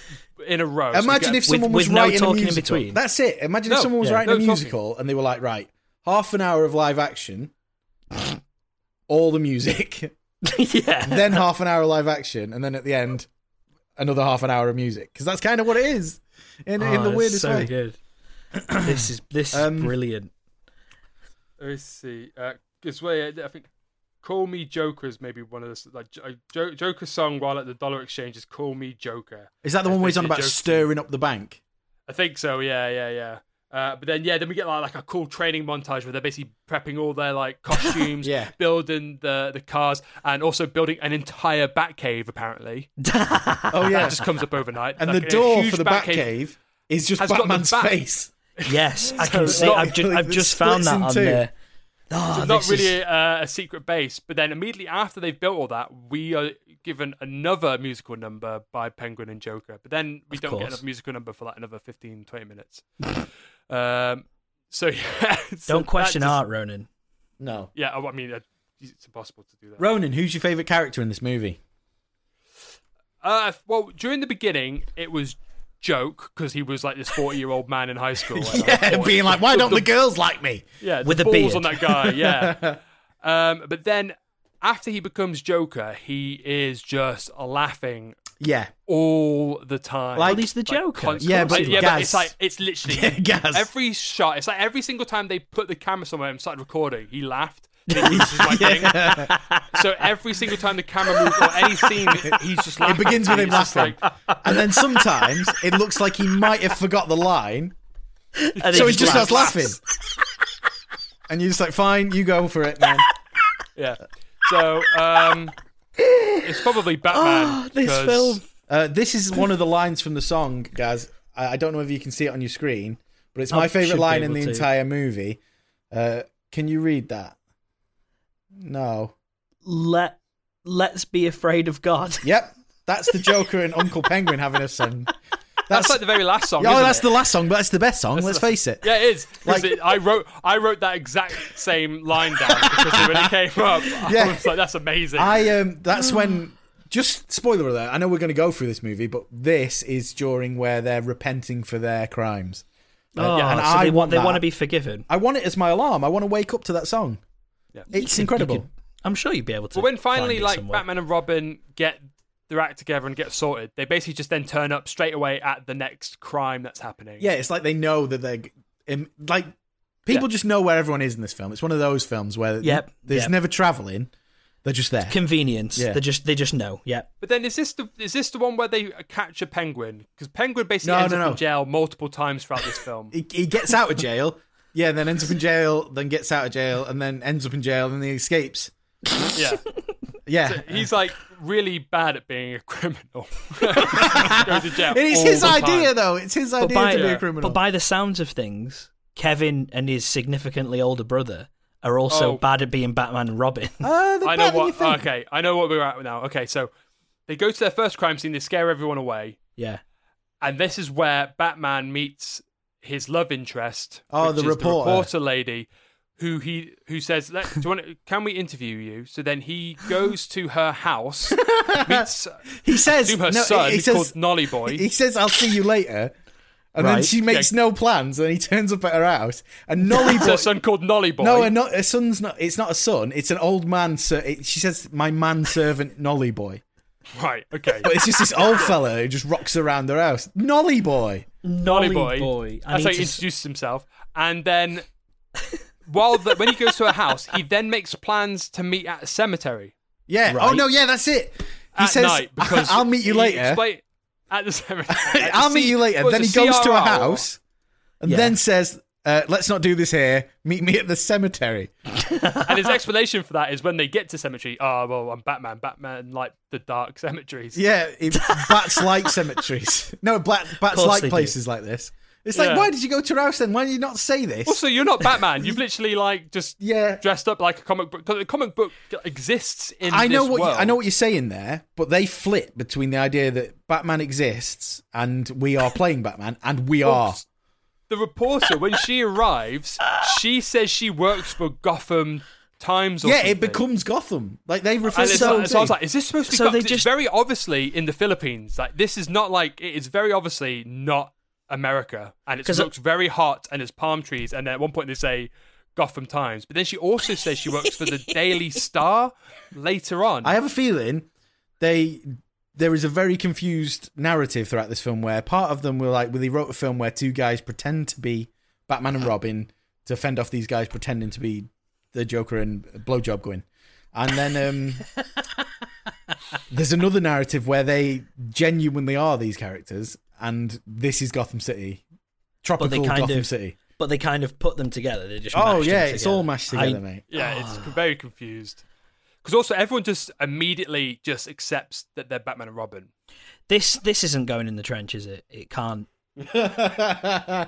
S3: in a row. So we
S2: Imagine
S3: get-
S2: if someone was
S1: with no
S2: writing
S1: talking
S2: a
S1: in
S2: musical.
S1: between.
S2: That's it. Imagine if
S3: No,
S2: someone was
S1: yeah.
S2: writing
S3: no
S2: a
S3: talking.
S2: musical and they were like, right, half an hour of live action, all the music,
S1: yeah.
S2: then half an hour of live action, and then at the end, another half an hour of music. Because that's kind of what it is in, in
S1: Oh,
S2: the
S1: that's
S2: weirdest
S1: so
S2: way.
S1: good. this is this is
S2: Um,
S1: brilliant.
S3: Let me see. Uh, it's where I think "Call Me Joker" is maybe one of the s- like Jo- Jo- Joker's song while at the dollar exchange is "Call Me Joker."
S2: Is that the one where he's on
S3: Especially
S2: about
S3: Joker.
S2: stirring up the bank?
S3: I think so. Yeah, yeah, yeah. Uh, but then yeah, then we get like, like a cool training montage where they're basically prepping all their like costumes,
S2: Yeah.
S3: building the the cars, and also building an entire Batcave. Apparently,
S2: Oh, yeah.
S3: that just comes up overnight.
S2: and
S3: Like,
S2: the
S3: a
S2: door
S3: huge
S2: for the Batcave is just
S3: has got the
S2: Batman's
S3: bat-
S2: face.
S1: Yes, I
S3: So
S1: can
S3: it's
S1: see.
S3: not-
S1: I've just, I've
S2: it
S1: just found
S2: splits
S1: that
S2: in
S1: on
S2: two.
S1: there. Oh,
S3: not
S1: this
S3: really
S1: is-
S3: uh, a secret base. But then immediately after they've built all that, we are given another musical number by Penguin and Joker. But then we
S1: Of
S3: don't get
S1: course.
S3: another musical number for like another 15, 20 minutes. um, so yeah, so
S1: don't
S3: that
S1: question
S3: just-
S1: art, Ronan.
S2: No.
S3: Yeah, I I mean, uh, it's impossible to do that.
S2: Ronan, who's your favourite character in this movie?
S3: Uh, if- well, during the beginning, it was joke because he was like this forty-year-old man in high school. and, like,
S2: Yeah,
S3: boy-
S2: being like, why don't the girls like me?
S3: yeah, the
S1: with a
S3: balls
S1: beard.
S3: on that guy, yeah. um, but then after he becomes Joker, he is just laughing
S2: Yeah.
S3: all the time.
S1: Well,
S2: Like-
S1: he's the Joker.
S3: constantly.
S2: Yeah, but
S3: yeah,
S2: Gaz-
S3: but it's like it's literally
S2: Yeah, Gaz.
S3: every shot. It's like every single time they put the camera somewhere and started recording, he laughed. this is my thing. So every single time the camera moves or any scene, he's just laughing.
S2: It begins with him
S3: It's just
S2: laughing.
S3: like-
S2: and then sometimes it looks like he might have forgot the line,
S1: And
S2: so he just
S1: laughs.
S2: starts laughing. And you're just like, fine, you go for it, man.
S3: Yeah. So um, it's probably Batman.
S1: Oh, This
S2: Ah,
S3: 'cause-
S1: film.
S2: Uh, this is one of the lines from the song, guys. I I don't know if you can see it on your screen, but it's
S1: I
S2: my
S1: should
S2: favorite
S1: be
S2: line in
S1: able
S2: the
S1: to.
S2: entire movie. Uh, can you read that? No.
S1: Let let's be afraid of God.
S2: Yep, that's the Joker and Uncle Penguin having a song.
S3: That's,
S2: That's,
S3: like the very last song.
S2: oh,
S3: isn't
S2: that's
S3: it?
S2: the last song, but that's the best song. let's
S3: the-
S2: face it.
S3: Yeah, it is. 'Cause
S2: Like-
S3: it- I wrote I wrote that exact same line down because when it came up, I
S2: Yeah.
S3: was like, "That's amazing."
S2: I um, that's when. Just spoiler alert. I know we're going to go through this movie, but this is during where they're repenting for their crimes. Uh,
S1: Oh,
S2: Yeah, and
S1: so
S2: I
S1: they want
S2: want
S1: they
S2: that.
S1: want to be forgiven.
S2: I want it as my alarm. I want to wake up to that song.
S3: Yeah.
S2: It's
S1: You could- you
S2: incredible.
S1: could- I'm sure you'd be able to.
S3: But when finally,
S1: find it
S3: like
S1: somewhere.
S3: Batman and Robin get their act together and get sorted, they basically just then turn up straight away at the next crime that's happening.
S2: Yeah, it's like they know that they're um, like people just know where everyone is in this film. It's one of those films where
S1: Yep,
S2: there's
S1: yep.
S2: never traveling; they're just there.
S1: convenience,
S2: Yeah.
S1: they just they just know. Yeah,
S3: But then is this the is this the one where they capture Penguin? Because Penguin basically
S2: No,
S3: ends
S2: no,
S3: up
S2: no.
S3: in jail multiple times throughout this film.
S2: He, he gets out of jail, yeah, then ends up in jail, then gets out of jail, and then ends up in jail, and then he escapes.
S3: yeah,
S2: Yeah,
S3: he's like really bad at being a criminal. Goes to jail
S2: it is
S3: all
S2: his
S3: the time.
S2: idea, though. It's his idea
S1: by-
S2: to be
S3: uh,
S1: yeah.
S2: a criminal.
S1: but by the sounds of things, Kevin and his significantly older brother are also
S3: Oh.
S1: bad at being Batman and Robin.
S2: Ah, they're better
S3: I know
S2: than you
S3: what.
S2: think.
S3: Okay, I know what we're at now. Okay, so they go to their first crime scene. They scare everyone away,
S1: yeah,
S3: and this is where Batman meets his love interest.
S2: Oh,
S3: which
S2: the
S3: is
S2: reporter.
S3: reporter lady, who he who says, Let, "Do you want? To, can we interview you?" So then he goes to her house, meets
S2: He says,
S3: assume her
S2: no, he-
S3: son.
S2: he,
S3: he's
S2: says,
S3: called Nolly Boy.
S2: he says, "I'll see you later," and then
S1: Right.
S2: she makes no plans, and he turns up at her house, and Nolly
S3: It's her
S2: Boy.
S3: son called Nolly Boy.
S2: No, a, no, a son's not. It's not a son. It's an old man. Sir, it, she says, "My manservant Nolly boy,"
S3: right? Okay.
S2: but it's just this old fella who just rocks around their house. Nolly boy.
S3: Nolly
S1: Nolly
S3: Boy.
S1: I
S3: That's how
S1: need
S3: he
S1: to. s-
S3: introduces himself. And then, while the, when he goes to her house, he then makes plans to meet at a cemetery
S2: Yeah. Oh
S1: Right.
S2: no. Yeah, that's it. He
S3: at
S2: says,
S3: night. Because
S2: "I'll meet you
S3: he
S2: later."
S3: explain- at the cemetery. At the
S2: I'll meet
S3: C-
S2: you later.
S3: what
S2: Then he
S3: is it,
S2: goes to a
S3: CRR?
S2: house, and
S1: Yeah.
S2: then says, uh, "Let's not do this here. Meet me at the cemetery."
S3: And his explanation for that is when they get to cemetery. Oh well, I'm Batman. Batman like the dark cemeteries.
S2: Yeah, it, bats like cemeteries. No, black, bats
S1: course
S2: like
S1: they do.
S2: places like this. It's
S3: Yeah.
S2: like, why did you go to her house then? Why did you not say this?
S3: Also, you're not Batman. You've literally like just
S2: Yeah.
S3: dressed up like a comic book. 'cause The comic book exists in.
S2: I know
S3: this
S2: what you,
S3: world.
S2: I know what you're saying there, but they flip between the idea that Batman exists and we are playing Batman, and we are.
S3: the reporter when she arrives, she says she works for Gotham Times. Or
S2: Yeah,
S3: something.
S2: it becomes Gotham. Like they refer
S3: And
S2: to
S3: it's
S2: so,
S3: like, so I was like, "Is this supposed to be?"
S1: So
S3: Gotham?
S1: they
S3: 'Cause it's
S1: just-
S3: very obviously in the Philippines. Like this is not like it is very obviously not America, and it
S1: 'Cause-
S3: looks very hot, and there's palm trees, and at one point they say Gotham Times, but then she also says she works for the Daily Star later on.
S2: I have a feeling they there is a very confused narrative throughout this film where part of them were like, well, they wrote a film where two guys pretend to be Batman and Robin to fend off these guys pretending to be the Joker and Blowjob Gwyn. And then um, there's another narrative where they genuinely are these characters, and this is Gotham City, tropical
S1: kind
S2: Gotham
S1: of-
S2: City.
S1: But they kind of put them together. They just
S2: Oh
S1: mashed them
S2: yeah, it's all mashed
S1: I-
S2: together, mate.
S3: yeah, it's
S1: Ah.
S3: c- very confused because also everyone just immediately just accepts that they're Batman and Robin.
S1: This this isn't going in the trench, is it? It can't. I've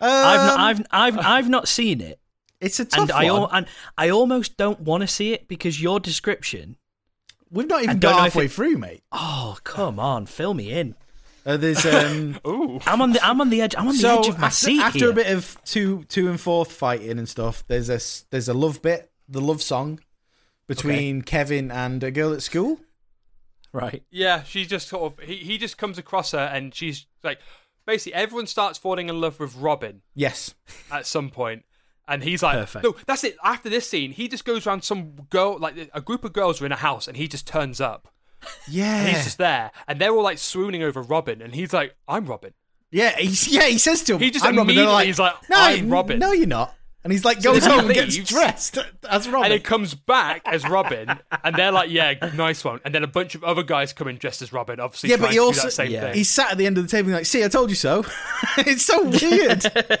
S2: Um,
S1: not, I've I've I've not seen it,
S2: it's a tough
S1: and I
S2: one.
S1: al- and I almost don't want to see it because your description.
S2: We've not
S1: I
S2: even
S1: don't
S2: got
S1: know if
S2: halfway
S1: it-
S2: through, mate.
S1: Oh come on, fill me in.
S2: Uh, there's um,
S3: Ooh,
S1: I'm on the I'm on the edge. I'm on the
S2: so
S1: edge of my
S2: after,
S1: seat
S2: after
S1: here.
S2: a bit of two two and fourth fighting and stuff, there's a s- there's a love bit, the love song between Kevin and a girl at school.
S1: right.
S3: Yeah, she just sort of he, he just comes across her and she's like basically everyone starts falling in love with Robin
S2: Yes,
S3: at some point and he's like
S1: Perfect.
S3: no that's it after this scene he just goes around some girl like a group of girls are in a house and he just turns up
S2: yeah,
S3: he's just there and they're all like swooning over Robin and he's like I'm Robin
S2: yeah, he's, yeah. He says to him,
S3: He just
S2: "I'm Robin." They're
S3: immediately is like,
S2: "No,
S3: "I'm
S2: you-
S3: Robin."
S2: No, you're not. And he's like, goes
S3: then he
S2: home and gets
S3: leaves.
S2: dressed as Robin.
S3: and it comes back as Robin and they're like yeah nice one and then a bunch of other guys come in dressed as Robin obviously
S2: yeah,
S3: trying
S2: but he
S3: to do
S2: also
S3: that same
S1: yeah.
S3: thing
S2: he's sat at the end of the table, like, "See, I told you so." it's so weird.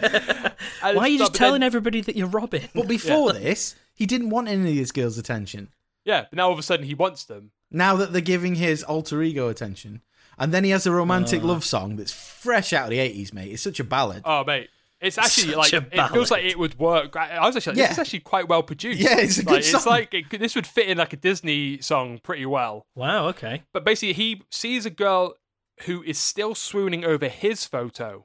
S3: And
S1: Why are you
S3: it's-
S1: just
S3: but then-
S1: telling everybody that you're Robin?
S2: but before this, he didn't want any of these girls' attention.
S3: yeah but now all of a sudden he wants them
S2: now that they're giving his alter ego attention. And then he has a
S1: Uh.
S2: romantic love song that's fresh out of the eighties, mate. It's such a ballad.
S3: Oh, mate. It's actually
S1: Such
S3: like
S1: a
S3: it feels like
S1: ballad.
S3: it would work. I, I was actually like,
S2: Yeah.
S3: this is actually quite well produced.
S2: Yeah, it's a good
S3: like,
S2: song.
S3: It's like it, could- this would fit in like a Disney song pretty well.
S1: Wow. Okay.
S3: But basically, he sees a girl who is still swooning over his photo.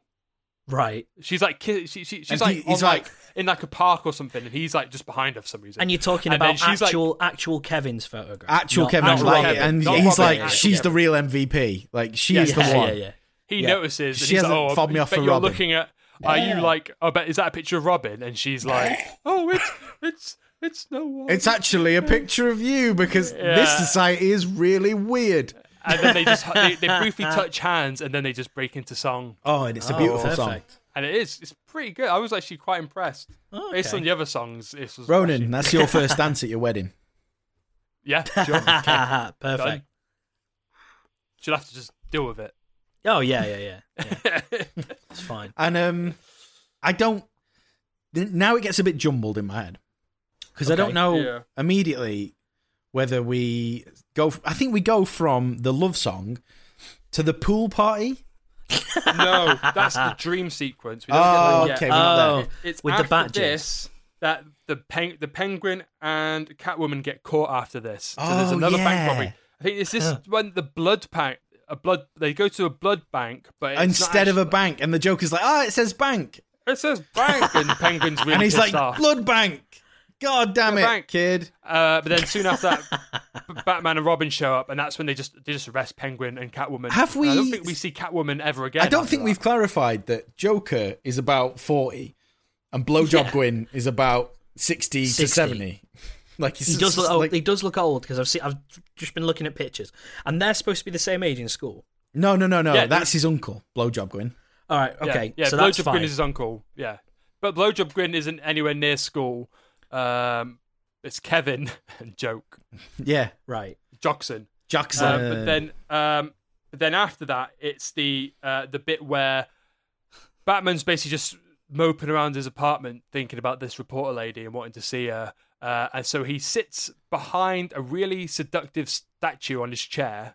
S1: Right.
S3: She's like, ki- she, she, she's
S2: And
S3: like,
S2: he- he's
S3: on, like,
S2: like-
S3: in like a park or something, and he's like just behind her for some reason.
S1: And you're talking
S3: And then
S1: about
S3: she's like-
S1: actual actual Kevin's photograph.
S2: Actual
S1: Not-
S2: Kevin,
S1: not
S3: actual
S2: like,
S1: Robin.
S3: Kevin.
S2: and
S3: Not
S2: he's
S3: Robin,
S2: like,
S3: actual
S2: she's
S3: Kevin.
S2: the real MVP. Like, she
S1: Yeah,
S2: is the
S1: yeah,
S2: one.
S1: yeah, yeah.
S3: he
S2: Yeah.
S3: notices. And
S2: She
S3: he's like,
S2: hasn't
S3: oh,
S2: fobbed me off
S3: bet
S2: for
S3: you're
S2: Robin."
S3: looking at. Are you like? Oh, bet is that a picture of Robin? And she's like, oh, it's it's it's no one.
S2: It's actually a picture of you because this
S3: Yeah.
S2: society is really weird.
S3: and then they just they, they briefly touch hands, and then they just break into song.
S2: Oh, and it's a
S1: Oh,
S2: beautiful song.
S1: perfect.
S3: And it is it's pretty good. I was actually quite impressed based
S1: Okay.
S3: on the other songs. This was
S2: Ronan,
S3: actually-
S2: that's your first dance at your wedding.
S3: yeah, sure.
S1: Ha, ha, Perfect.
S3: Done. She'll have to just deal with it.
S1: Oh yeah, yeah, yeah. yeah. It's fine.
S2: And um, I don't. th- Now it gets a bit jumbled in my head because I
S1: Okay.
S2: don't know
S3: Yeah.
S2: immediately whether we go. f- I think we go from the love song to the pool party.
S3: no, that's the dream sequence. We don't
S2: Oh,
S3: get that
S2: okay.
S3: yet. Uh,
S2: We're not
S1: Oh,
S2: there.
S3: It's
S1: with
S3: after
S1: the badges.
S3: this that the pen, the penguin and Catwoman get caught after this. So there's
S2: Oh,
S3: another
S2: yeah.
S3: bank robbery. I think it's this when the blood bank, a blood. They go to a blood bank, but it's not
S2: Instead of a
S3: actually-
S2: bank, and the Joker's like, "Ah, it says bank,"
S3: it says bank, and the penguin's really
S2: and he's
S3: pissed
S2: like,
S3: off.
S2: "Blood bank." God damn it,
S3: Yeah, bank.
S2: kid!
S3: Uh, but then soon after that, B- Batman and Robin show up, and that's when they just they just arrest Penguin and Catwoman.
S2: Have
S3: And I don't
S2: we-
S3: think we see Catwoman ever again.
S2: I don't
S3: after
S2: think
S3: that.
S2: we've clarified that Joker is about forty, and Blowjob Gwyn is about sixty, to
S1: 60.
S2: seventy. Like he's
S1: He does
S2: just
S1: look. Oh,
S2: like-
S1: he does look old because I've seen. I've just been looking at pictures, and they're supposed to be the same age in school.
S2: No, no, no, no.
S3: Yeah,
S2: that's his uncle, Blowjob Gwyn.
S1: All right.
S3: Yeah,
S1: Okay.
S3: yeah.
S1: so that's
S3: Blowjob
S1: fine.
S3: Gwyn is his uncle. Yeah, but Blowjob Gwyn isn't anywhere near school. Um, it's Kevin and Joke
S2: Yeah,
S1: Right.
S3: Jockson.
S2: Jackson.
S3: Uh, but then, um, but then after that, it's the uh, the bit where Batman's basically just moping around his apartment, thinking about this reporter lady and wanting to see her. Uh, and so he sits behind a really seductive statue on his chair.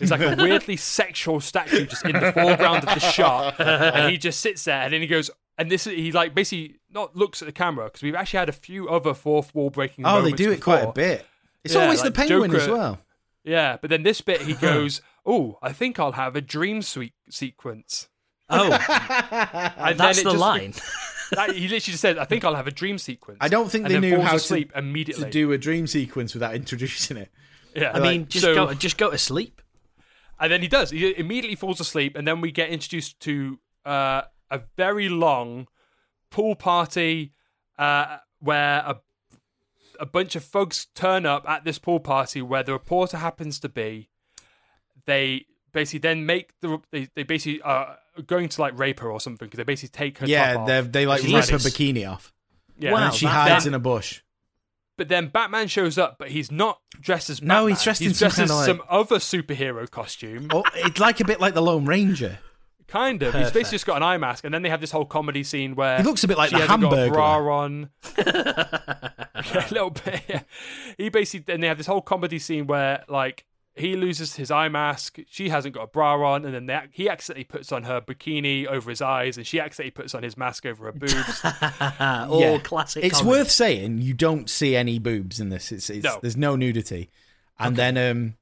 S3: It's like a weirdly sexual statue just in the foreground of the shot, and he just sits there, and then he goes. And this is he like basically not looks at the camera because we've actually had a few other fourth wall breaking.
S2: oh, they
S3: moments
S2: do it quite a
S3: before.
S2: bit. It's
S3: Yeah,
S2: always
S3: like
S2: the penguin
S3: Joker-
S2: as well.
S3: Yeah, but then this bit he goes, "Oh, I think I'll have a dream suite sequence."
S1: Oh,
S3: And
S1: Uh, that's
S3: then it
S1: the
S3: just-
S1: line.
S3: that- he literally just said, "I think I'll have a dream sequence."
S2: I don't think
S3: and
S2: they
S3: then
S2: knew
S3: falls
S2: how to-
S3: asleep
S2: To
S3: immediately.
S2: do a dream sequence without introducing it.
S3: yeah,
S1: I mean, just
S3: so,
S1: go. Just go to sleep.
S3: and then he does. He immediately falls asleep, and then we get introduced to uh, a very long pool party uh, where a a bunch of thugs turn up at this pool party where the reporter happens to be. They basically then make the they, they basically are going to like rape her or something because they basically take her top
S2: Yeah,
S3: off.
S2: they they like
S1: Jesus.
S2: rip her bikini off,
S3: yeah.
S1: Wow,
S2: and then she
S1: that-
S2: hides
S1: that-
S2: in a bush.
S3: But then Batman shows up, but he's not dressed as Batman.
S2: No, he's dressed in some
S3: as
S2: kinda like-
S3: some other superhero costume.
S2: Oh, it's like a bit like the Lone Ranger.
S3: Kind of. He's
S1: Perfect.
S3: basically just got an eye mask, and then they have this whole comedy scene where
S2: He looks a bit like
S3: she
S2: the
S3: hasn't got a
S2: Hamburglar.
S3: bra on. a little bit. Yeah. He basically then they have this whole comedy scene where like he loses his eye mask, she hasn't got a bra on, and then they, ac- he accidentally puts on her bikini over his eyes, and she accidentally puts on his mask over her boobs.
S1: Uh, all
S2: Yeah.
S1: classic.
S2: It's
S1: comedy.
S2: worth saying you don't see any boobs in this. It's, it's
S3: No.
S2: there's no nudity, and then um,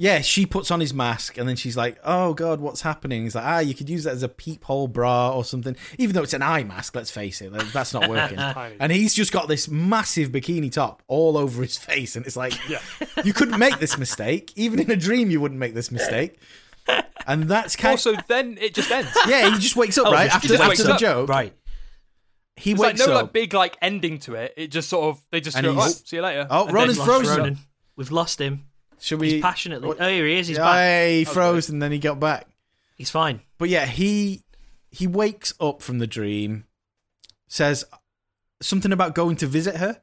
S2: yeah, she puts on his mask, and then she's like, "Oh God, what's happening?" He's like, "Ah, you could use that as a peephole bra or something, even though it's an eye mask. Let's face it, that- that's not working." and he's just got this massive bikini top all over his face, and it's like,
S3: Yeah.
S2: you couldn't make this mistake. Even in a dream, you wouldn't make this mistake. And that's kind
S3: also, then it just ends.
S2: yeah, he just wakes up right
S1: Oh, just-
S2: after,
S3: just
S2: after
S3: wakes
S2: the
S3: up.
S2: joke.
S1: Right.
S2: He
S3: It's like
S2: wakes
S3: no
S2: up.
S3: like big like ending to it. It just sort of they just
S2: And
S3: go, oh,
S2: he's-
S3: see you later.
S2: oh,
S1: And
S2: Ronan's
S1: they've lost
S2: frozen.
S1: Ronan. We've lost him.
S2: Should we
S1: He's passionately.
S2: What-
S1: Oh, here he is. He's
S2: Yeah,
S1: back. Oh,
S2: he froze and then he got back.
S1: He's fine.
S2: But yeah, he he wakes up from the dream, says something about going to visit her.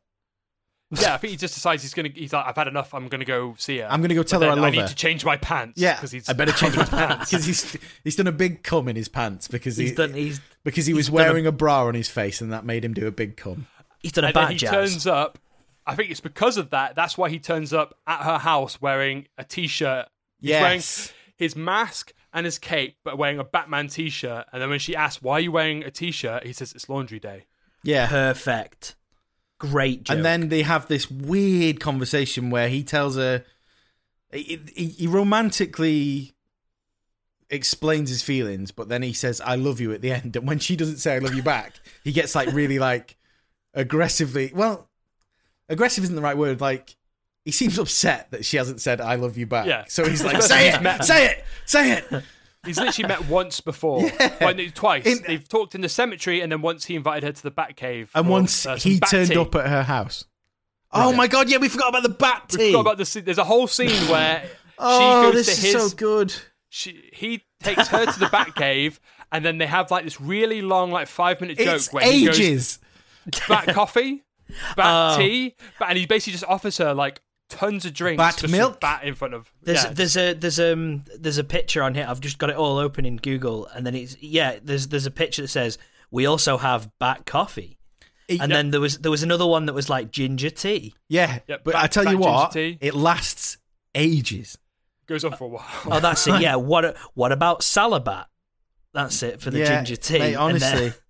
S3: Yeah, I think he just decides he's gonna. He's like, I've had enough. I'm gonna go see her.
S2: I'm going to go tell her I
S3: Then
S2: love
S3: need
S2: her.
S3: to change my pants.
S2: yeah,
S3: because he's
S2: I better change my pants because he's he's done a big cum in his pants because he
S1: He's done. He's
S2: because he
S1: he's
S2: was
S1: done a-
S2: wearing a... bra on his face and that made him do a big cum.
S1: he's done a
S3: And then
S1: bad
S3: he
S1: jazz.
S3: turns up. I think it's because of that. That's why he turns up at her house wearing a t-shirt. He's
S2: Yes.
S3: Wearing, his mask and his cape, but wearing a Batman t-shirt. And then when she asks, "Why are you wearing a t-shirt?" he says, "It's laundry day."
S2: Yeah.
S1: Perfect. Great joke.
S2: And then they have this weird conversation where he tells her, he, he, he romantically explains his feelings, but then he says, I love you at the end. And when she doesn't say, I love you back, he gets like really like aggressively, well, aggressive isn't the right word. Like, he seems upset that she hasn't said, I love you back.
S3: Yeah.
S2: So he's like, say it, say it, say it.
S3: He's literally met once before, Well, no, twice.
S2: In-
S3: They've talked in the cemetery, and then once he invited her to the Batcave.
S2: And
S3: for,
S2: once
S3: uh, some
S2: he
S3: bat
S2: turned
S3: tea.
S2: up at her house. Oh my god! Yeah, we forgot about the bat tea.
S3: We forgot about the scene. There's a whole scene where
S2: oh,
S3: she
S2: this
S3: goes to
S2: is
S3: his.
S2: so good.
S3: she, he takes her to the Batcave, and then they have like this really long, like five minute joke
S2: It's
S3: where he goes
S2: ages.
S3: bat coffee,
S1: Oh.
S3: bat tea, but, and he basically just offers her like tons of drinks.
S2: Bat
S3: just with
S2: milk?
S3: Bat in front of.
S1: There's
S3: yeah.
S1: there's a there's um there's a picture on here. I've just got it all open in Google, and then it's yeah. There's there's a picture that says we also have bat coffee, and then there was there was another one that was like ginger tea.
S2: yeah,
S3: Yep,
S2: but
S3: back-
S2: I tell you
S3: back ginger
S2: what,
S3: tea.
S2: it lasts ages.
S3: goes on for a while.
S1: Oh, that's it. Yeah. What a- what about salabat? That's it for the
S2: yeah,
S1: ginger tea.
S2: mate,
S1: And then-
S2: honestly,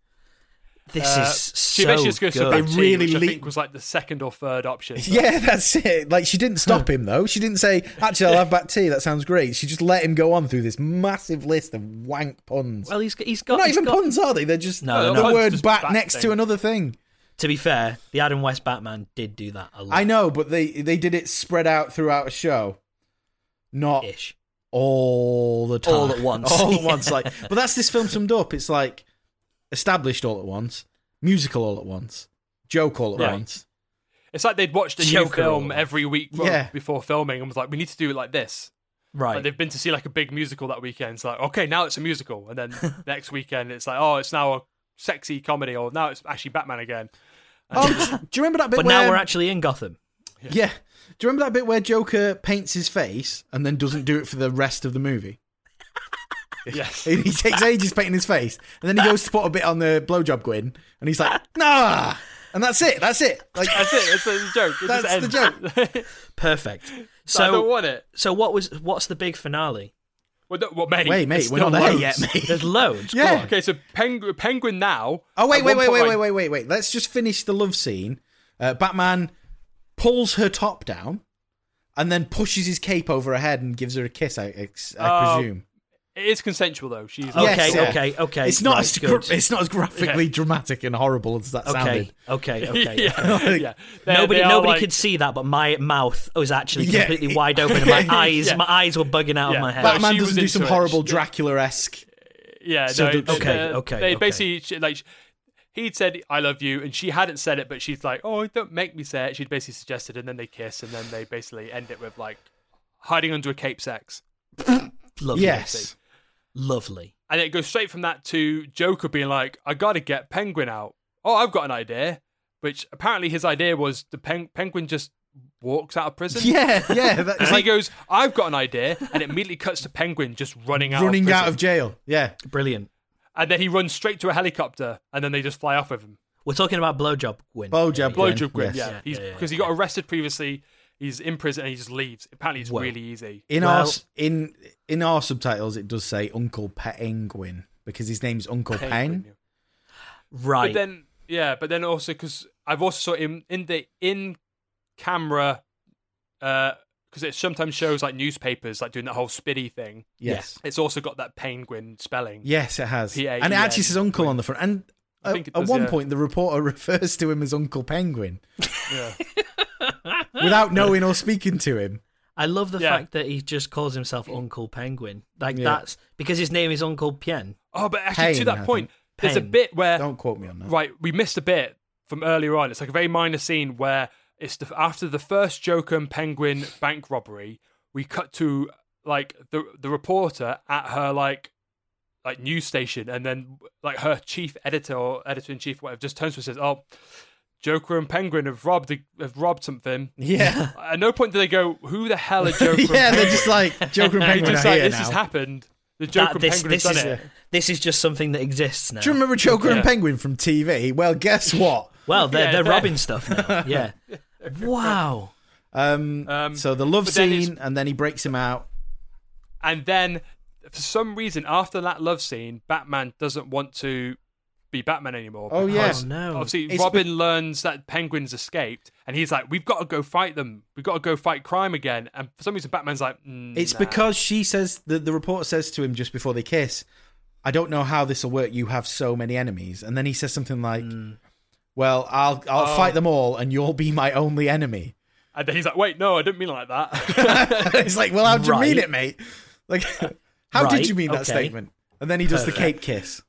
S1: this
S3: Uh,
S1: is
S3: She
S1: so
S3: eventually just goes to
S1: good.
S3: bat
S2: They
S3: tea,
S2: really
S3: which I
S2: leap-
S3: think was like the second or third option.
S2: yeah, that's it. Like she didn't stop him though. She didn't say, "Actually, I'll have bat tea." That sounds great. She just let him go on through this massive list of wank puns.
S1: well, he's he's got
S2: Not
S1: he's
S2: even
S1: got-
S2: puns, are they? They're just
S1: No, they're
S2: the
S1: not.
S2: word
S3: Just
S2: bat,
S3: bat
S2: next to
S3: thing.
S2: another thing.
S1: To be fair, the Adam West Batman did do that a lot.
S2: I know, but they they did it spread out throughout a show, not
S1: ish.
S2: all the time,
S1: All at once.
S2: all at once. Like, but that's this film summed up. It's like established all at once, musical all at once, joke all at
S3: Right.
S2: once.
S3: It's like they'd watched a new
S1: Joker
S3: film
S1: or-
S3: every week
S2: Yeah.
S3: before filming and was like, we need to do it like this.
S1: Right.
S3: Like they've been to see like a big musical that weekend. It's like, okay, now it's a musical. And then next weekend, it's like, oh, it's now a sexy comedy or now it's actually Batman again.
S2: Oh, do you remember that bit?
S1: but
S2: where,
S1: now we're actually in Gotham.
S2: yeah. Do you remember that bit where Joker paints his face and then doesn't do it for the rest of the movie?
S3: Yes.
S2: He he takes ages painting his face, and then he goes to put a bit on the blowjob Gwyn, and he's like, "Nah," and that's it. That's it. Like,
S3: That's it. That's the joke. It
S2: That's the
S3: just ends.
S1: Perfect.
S3: I don't
S1: So
S3: want it.
S1: so what was what's the big finale?
S3: Well, no, well mate.
S2: wait, mate,
S3: it's
S2: we're
S3: still
S2: not there
S3: loads.
S2: yet, mate.
S1: There's loads. Go
S2: Yeah.
S1: on.
S3: Okay, so Penguin, Penguin now.
S2: Oh wait,
S3: at
S2: wait,
S3: one
S2: wait,
S3: point,
S2: wait, wait,
S3: like,
S2: wait, wait, wait. Let's just finish the love scene. Uh, Batman pulls her top down and then pushes his cape over her head and gives her a kiss. I, I, I
S3: Oh,
S2: presume.
S3: It is consensual though. She's
S1: Okay,
S3: like,
S2: Yes, yeah.
S1: okay, okay.
S2: It's not
S1: right,
S2: as
S1: good.
S2: gra- it's not as graphically dramatic and horrible as that
S1: Okay,
S2: sounded.
S1: okay,
S3: yeah,
S1: okay.
S3: yeah. They-
S1: Nobody,
S3: they are,
S1: nobody
S3: like-
S1: could see that, but my mouth was actually
S2: Yeah.
S1: completely wide open. And my eyes,
S3: Yeah.
S1: my eyes were bugging out
S3: Yeah.
S1: of my head.
S3: Well,
S2: Batman
S3: she was
S2: doesn't do
S3: into
S2: some
S3: it.
S2: horrible
S3: She-
S2: Dracula esque.
S3: Yeah,
S2: So
S3: no,
S2: the-
S3: they-
S1: Okay,
S3: they-
S1: okay,
S3: They
S1: okay.
S3: basically she- like sh- he'd said I love you, and she hadn't said it, but she's like, oh, don't make me say it. She'd basically suggested, and then they kiss, and then they basically end it with like hiding under a cape sex,
S1: lovely,
S2: Yes.
S1: lovely.
S3: and it goes straight from that to Joker being like, I gotta get Penguin out. Oh, I've got an idea, which apparently his idea was the pen- Penguin just walks out of prison.
S2: Yeah, yeah.
S3: And
S2: That's
S3: he
S2: like
S3: goes, I've got an idea, and it immediately cuts to Penguin just running out,
S2: running
S3: of
S2: out
S3: prison.
S2: of jail. Yeah.
S1: Brilliant.
S3: and then he runs straight to a helicopter, and then they just fly off with him.
S1: We're talking about blowjob, Gwyn.
S2: Blowjob
S1: Gwyn.
S2: Gwyn.
S3: Blowjob Gwyn,
S2: yes.
S3: yeah.
S1: Yeah,
S3: He's
S1: yeah, yeah,
S3: because he got arrested previously. He's in prison and he just leaves. Apparently, it's
S1: Whoa.
S3: really easy.
S2: In
S1: Well-
S2: our s- in in our subtitles, it does say Uncle Penguin because his name's Uncle Penguin.
S3: Penguin, yeah.
S1: Right.
S3: But then, yeah, but then also because I've also saw him in the in camera, because it sometimes shows like newspapers like doing that whole spitty thing.
S2: Yes.
S3: It's also got that penguin spelling.
S2: Yes, it has.
S3: P A
S2: and it
S3: E N.
S2: actually says uncle on the front. And
S3: I
S2: at-
S3: think it
S2: at
S3: does,
S2: one
S3: yeah.
S2: point, the reporter refers to him as Uncle Penguin
S3: Yeah.
S2: without knowing or speaking to him.
S1: I love the
S3: Yeah.
S1: fact that he just calls himself Uncle Penguin. Like
S2: Yeah.
S1: that's because his name is Uncle Pien.
S3: Oh, but actually,
S2: Pain,
S3: to
S2: I
S3: that point, there's a
S1: Pain.
S3: bit where
S2: Don't quote me on that.
S3: Right, we missed a bit from earlier on. It's like a very minor scene where it's the, after the first Joker and Penguin bank robbery. We cut to like the the reporter at her like like news station, and then like her chief editor or editor in chief, whatever, just turns to her and says, "Oh, Joker and Penguin have robbed have robbed something."
S2: Yeah.
S3: At no point do they go, "Who the hell are
S2: yeah,
S3: Joker?" and
S2: they're
S3: Penguin?"
S2: just like, Joker and
S3: They're
S2: Penguin
S3: just
S2: are
S3: like,
S2: here
S3: "This
S2: now.
S3: has happened." The Joker
S1: That-
S3: and
S1: this
S3: Penguin
S1: this
S3: have
S1: is
S3: done it.
S1: this is just something that exists now.
S2: Do you remember Joker and
S3: Yeah.
S2: Penguin from TV? Well, guess what?
S1: Well, they're
S3: Yeah,
S1: they're
S3: they're-
S1: robbing stuff now. Yeah. wow.
S2: Um,
S3: Um,
S2: so the love Um,
S3: but then
S2: scene,
S3: it's-
S2: and then he breaks him out.
S3: And then, for some reason, after that love scene, Batman doesn't want to be Batman anymore.
S2: Oh, yeah.
S3: because
S1: Oh, no.
S3: Obviously,
S2: It's
S3: Robin
S2: be-
S3: learns that Penguin's escaped, and he's like, "We've got to go fight them. We've got to go fight crime again." And for some reason, Batman's like, mm,
S2: It's
S3: nah.
S2: because she says the the reporter says to him just before they kiss, "I don't know how this will work. You have so many enemies." And then he says something like,
S1: Hmm.
S2: "Well, I'll I'll
S3: Oh.
S2: fight them all, and you'll be my only enemy."
S3: and then he's like, "Wait, no, I didn't mean it like that."
S2: it's like, well, how do you mean
S1: Right.
S2: it, mate? Like, how
S1: right,
S2: did you mean that
S1: okay.
S2: statement? And then he does the
S1: Perfect.
S2: cape kiss.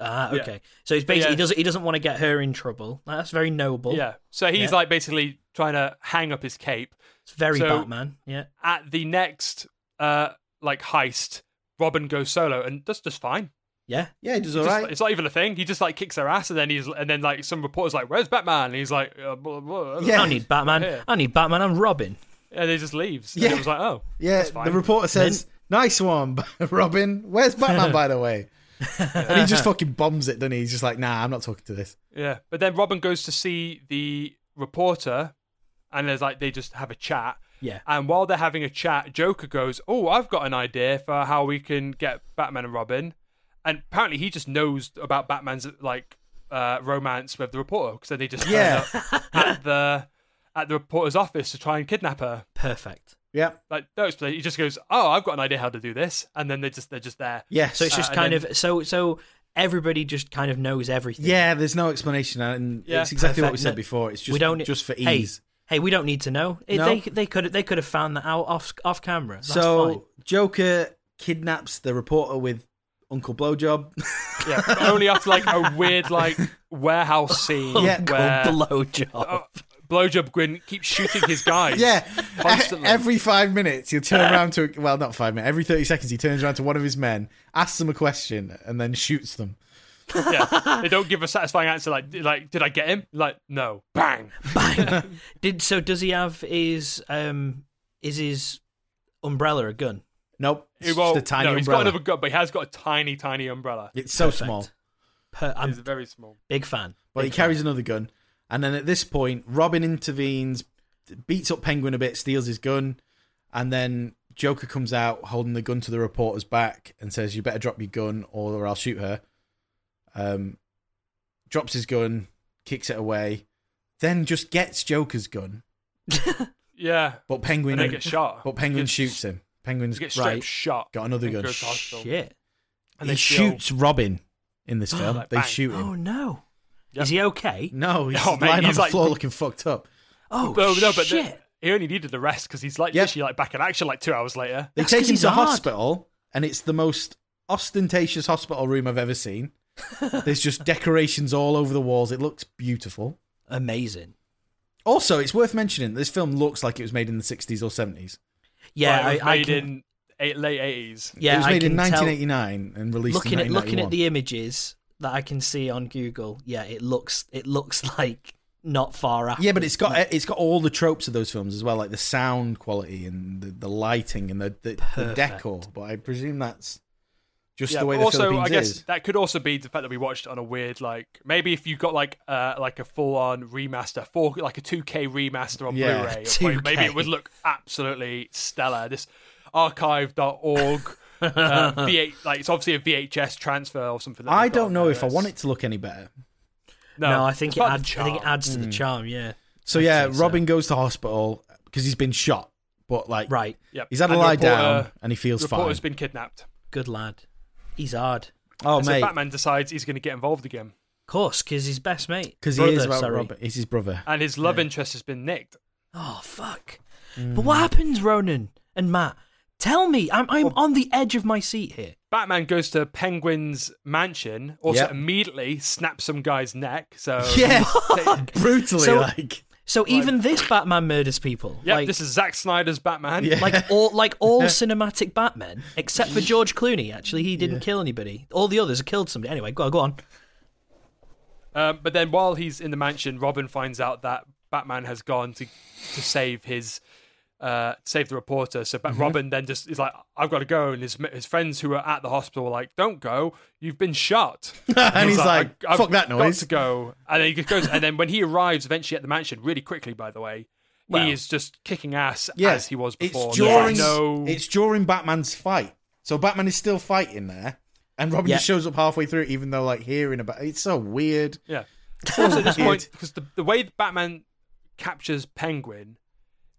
S1: Ah,
S3: Yeah.
S1: okay. So he's basically
S3: Yeah.
S1: he doesn't he doesn't want to get her in trouble. Like, That's very noble.
S3: yeah. So he's
S1: Yeah.
S3: like basically trying to hang up his cape.
S1: it's very
S3: So-
S1: Batman. Yeah,
S3: At the next uh like heist, Robin goes solo and does just fine.
S1: yeah.
S2: Yeah, he does all
S3: Just-
S2: right.
S3: It's not even a thing. He just like kicks their ass, and then he's and then like some reporters like, "Where's Batman?" And he's like, uh, blah, blah, blah.
S1: I
S2: Yeah.
S1: don't need Batman.
S3: Yeah.
S1: I need Batman and Robin.
S3: and he just leaves.
S2: Yeah.
S3: and it was like, "Oh,
S2: yeah,
S3: that's fine.
S2: the reporter says, "Nice one, Robin. Where's Batman, by the way?" and he just fucking bombs it, doesn't he? He's just like, "Nah, I'm not talking to this."
S3: Yeah, but then Robin goes to see the reporter, and there's like they just have a chat.
S1: Yeah.
S3: And while they're having a chat, Joker goes, "Oh, I've got an idea for how we can get Batman and Robin." And apparently, he just knows about Batman's like uh, romance with the reporter because then they just turn
S2: Yeah.
S3: up at the at the reporter's office to try and kidnap her.
S1: Perfect.
S2: Yeah,
S3: Like no explanation. He just goes, "Oh, I've got an idea how to do this," and then they just they're just there.
S2: yes.
S1: So it's just
S3: and
S1: kind
S3: then-
S1: of so so everybody just kind of knows everything.
S2: yeah, there's no explanation, and
S3: Yeah.
S2: it's exactly what we
S1: Perfect.
S2: said before. It's just
S1: we don't
S2: just for
S1: hey,
S2: ease.
S1: Hey, we don't need to know. It,
S2: No.
S1: They they could they could have found that out off off camera. That's
S2: so
S1: fine.
S2: Joker kidnaps the reporter with Uncle Blowjob.
S3: Yeah, but only after like a weird like warehouse scene
S2: Oh, Yeah.
S3: where
S1: below job.
S3: Oh, blowjob Gwyn keeps shooting his guys.
S2: Yeah,
S3: Constantly.
S2: every five minutes he'll turn around to well, not five minutes. Every thirty seconds he turns around to one of his men, asks them a question, and then shoots them.
S3: yeah. They don't give a satisfying answer. Like, like, did I get him? Like, no. Bang.
S1: Bang. Did so? Does he have his um? Is his umbrella a gun?
S2: Nope, it's
S3: He won't-
S2: just a tiny
S3: no, he's got
S2: umbrella.
S3: another gun, but he has got a tiny, tiny umbrella.
S2: it's so
S1: Perfect.
S2: small,
S1: Per, I'm
S3: He's very small.
S1: big fan.
S2: but he
S1: Big fan.
S2: carries another gun. And then at this point, Robin intervenes, beats up Penguin a bit, steals his gun, and then Joker comes out holding the gun to the reporter's back and says, "You better drop your gun, or I'll shoot her." Um, drops his gun, kicks it away, then just gets Joker's gun.
S3: Yeah.
S2: But
S3: And they
S2: Penguin,
S3: get shot.
S2: but Penguin
S3: Gets-
S2: shoots him. Penguin's
S3: Gets straight
S2: right.
S3: shot.
S2: Got another
S3: and
S2: gun.
S3: goes to hospital.
S1: Shit.
S3: And
S2: He
S3: they feel-
S2: shoots Robin in this film.
S3: Like,
S2: they
S3: bang.
S2: shoot him.
S1: Oh no.
S3: Yeah.
S1: Is he okay?
S2: No, he's
S3: Oh,
S2: just
S3: mate,
S2: lying on
S3: he's
S2: the
S3: like-
S2: floor looking fucked up.
S1: Oh
S3: No, no, but
S1: shit.
S3: the- he only needed the rest because he's like
S2: Yep.
S3: literally like back in action like two hours later.
S2: They
S1: That's
S2: take
S1: 'cause
S2: him
S1: he's
S2: to
S1: hard.
S2: hospital, and it's the most ostentatious hospital room I've ever seen. There's just decorations all over the walls. It looks beautiful.
S1: Amazing.
S2: Also, it's worth mentioning this film looks like it was made in the 60s or 70s.
S1: Yeah,
S3: Like, it was
S1: I, I
S3: made
S1: can,
S3: in eight, late eighties.
S1: yeah,
S2: it was
S1: I
S2: made in
S1: can tell-
S2: 1989 and released
S1: Looking
S2: in
S1: at looking at
S2: 1991.
S1: the images that I can see on Google, yeah, it looks it looks like not far after.
S2: Yeah, but it's got it's got all the tropes of those films as well, like the sound quality and the, the lighting and the, the, the
S1: Perfect.
S2: decor. But I presume that's just
S3: Yeah,
S2: the way
S3: but
S2: the
S3: also,
S2: Philippines
S3: I guess
S2: is.
S3: that could also be the fact that we watched it on a weird like maybe if you got like uh like a full on remaster, four like a two K remaster on
S2: Yeah,
S3: Blu-ray, or something,
S1: 2K.
S3: maybe it would look absolutely stellar. This archive.org uh, V8 like it's obviously a VHS transfer or something. That
S2: I
S3: they've got
S2: don't
S3: on
S2: know
S3: there.
S2: if I
S3: It's-
S2: want it to look any better.
S3: No,
S1: no, I think
S3: it's
S1: it
S3: part of
S1: adds
S3: the
S1: I think it
S3: charm.
S1: adds to the
S2: Mm.
S1: charm, yeah.
S2: So
S1: I'd
S2: yeah,
S1: say so.
S2: Robin goes to hospital because he's been shot, but like
S1: Right.
S3: Yep.
S2: he's had a
S3: And the
S2: lie
S3: reporter-
S2: down and he feels fine.
S3: Reporter's been kidnapped.
S1: Good lad. He's hard.
S2: oh
S3: And so
S2: mate,
S3: Batman decides he's going to get involved again,
S1: Of course, because his best mate.
S2: because he is
S1: Brother,
S2: about
S1: sorry.
S2: Robin. He's his brother.
S3: and his love interest has been nicked.
S1: Oh fuck!
S2: Mm.
S1: But what happens, Ronan and Matt? Tell me, I'm I'm on the edge of my seat here.
S3: Batman goes to Penguin's mansion, also
S2: Yep.
S3: immediately snaps some guy's neck. So
S2: Yeah,
S3: Take-
S2: brutally
S1: So-
S2: like
S1: So even this Batman murders people.
S3: Yep,
S1: like,
S3: this is Zack Snyder's Batman.
S2: Yeah.
S1: like all like all cinematic Batmen, except for George Clooney. Actually, he didn't kill anybody. All the others have killed somebody. Anyway, go on, go on.
S3: Um, but then while he's in the mansion, Robin finds out that Batman has gone to to save his uh, save the reporter. So
S2: Mm-hmm.
S3: Bat- Robin then just is like, "I've got to go," and his his friends who are at the hospital are like, "Don't go, you've been shot."
S2: And he's like,
S3: "I- I've
S2: "Fuck that
S3: got
S2: noise."
S3: to go, and then he just goes. And then when he arrives eventually at the mansion, really quickly, by the way,
S1: Well-
S3: he is just kicking ass
S2: Yes,
S3: as he was before.
S2: It's
S3: There's
S2: during,
S3: no,
S2: it's during Batman's fight. So Batman is still fighting there, and Robin
S1: Yeah.
S2: just shows up halfway through, even though like hearing about it's so weird.
S3: yeah. also, at this point, because the, the way that Batman captures Penguin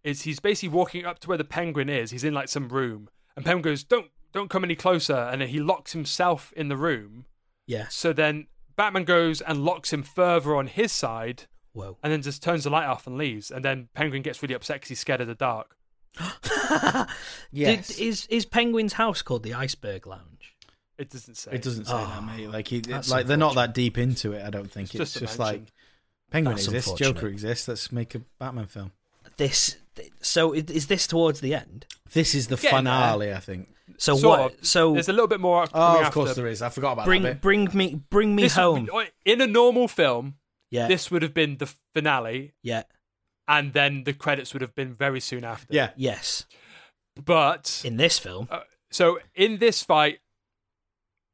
S3: is he's basically walking up to where the Penguin is. He's in like some room, and Penguin goes, "Don't, don't come any closer," and then he locks himself in the room.
S1: Yes.
S3: So then Batman goes and locks him further on his side,
S1: Whoa.
S3: and then just turns the light off and leaves. And then Penguin gets really upset because he's scared of the dark.
S2: Yes,
S1: Did, is is Penguin's house called the Iceberg Lounge?
S3: It doesn't say.
S2: it doesn't say
S1: Oh,
S2: that, mate. Like, it,
S1: that's
S2: like they're not that deep into it. I don't think
S3: It's
S2: it's, just,
S3: just a
S2: like
S3: mansion.
S2: Penguin
S1: That's
S2: exists,
S1: unfortunate.
S2: Joker exists. Let's make a Batman film.
S1: This. th- So i- is this towards the end?
S2: This is the
S3: Getting
S2: finale, I think.
S1: So
S3: Sort
S1: what?
S3: of.
S1: So
S3: there's a little bit more.
S2: Oh,
S3: coming
S2: of course
S3: after.
S2: there is. I forgot about
S1: bring
S2: that bit.
S1: bring me bring me
S3: This would-
S1: home.
S3: in a normal film,
S1: yeah.
S3: this would have been the finale,
S1: yeah.
S3: and then the credits would have been very soon after.
S2: Yeah,
S1: Yes.
S3: But
S1: In this film.
S3: uh, so in this fight,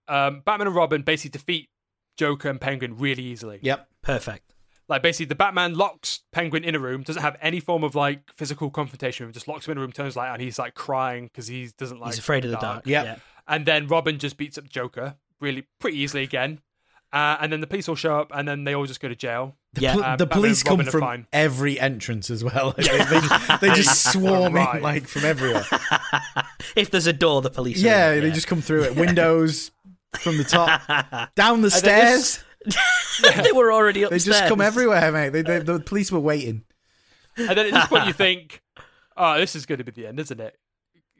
S3: um, Batman and Robin basically defeat Joker and Penguin really easily.
S2: yep.
S1: Perfect.
S3: Like basically, the Batman locks Penguin in a room, doesn't have any form of like physical confrontation. with him, Just locks him in a room, turns light, and he's like crying because he doesn't like.
S1: He's afraid of the dark.
S2: Yeah.
S1: Yeah.
S3: And then Robin just beats up Joker really pretty easily again. Uh, and then the police all show up, and then they all just go to jail.
S2: The,
S1: Yeah,
S2: pl-
S3: uh,
S2: the
S3: Batman
S2: police
S3: and
S2: come
S3: Robin are
S2: from
S3: fine.
S2: every entrance as well. Like, they, they, they just swarm in
S3: Arrive.
S2: like from everywhere.
S1: If there's a door, the police. are
S2: Yeah,
S1: in.
S2: they just come through it. Windows from the top, down the
S3: then
S2: stairs.
S3: this-
S1: they were already
S2: They
S1: upstairs.
S2: just come everywhere, mate. They, they, the police were waiting.
S3: And then at this point, you think, "Oh, this is going to be the end, isn't it?"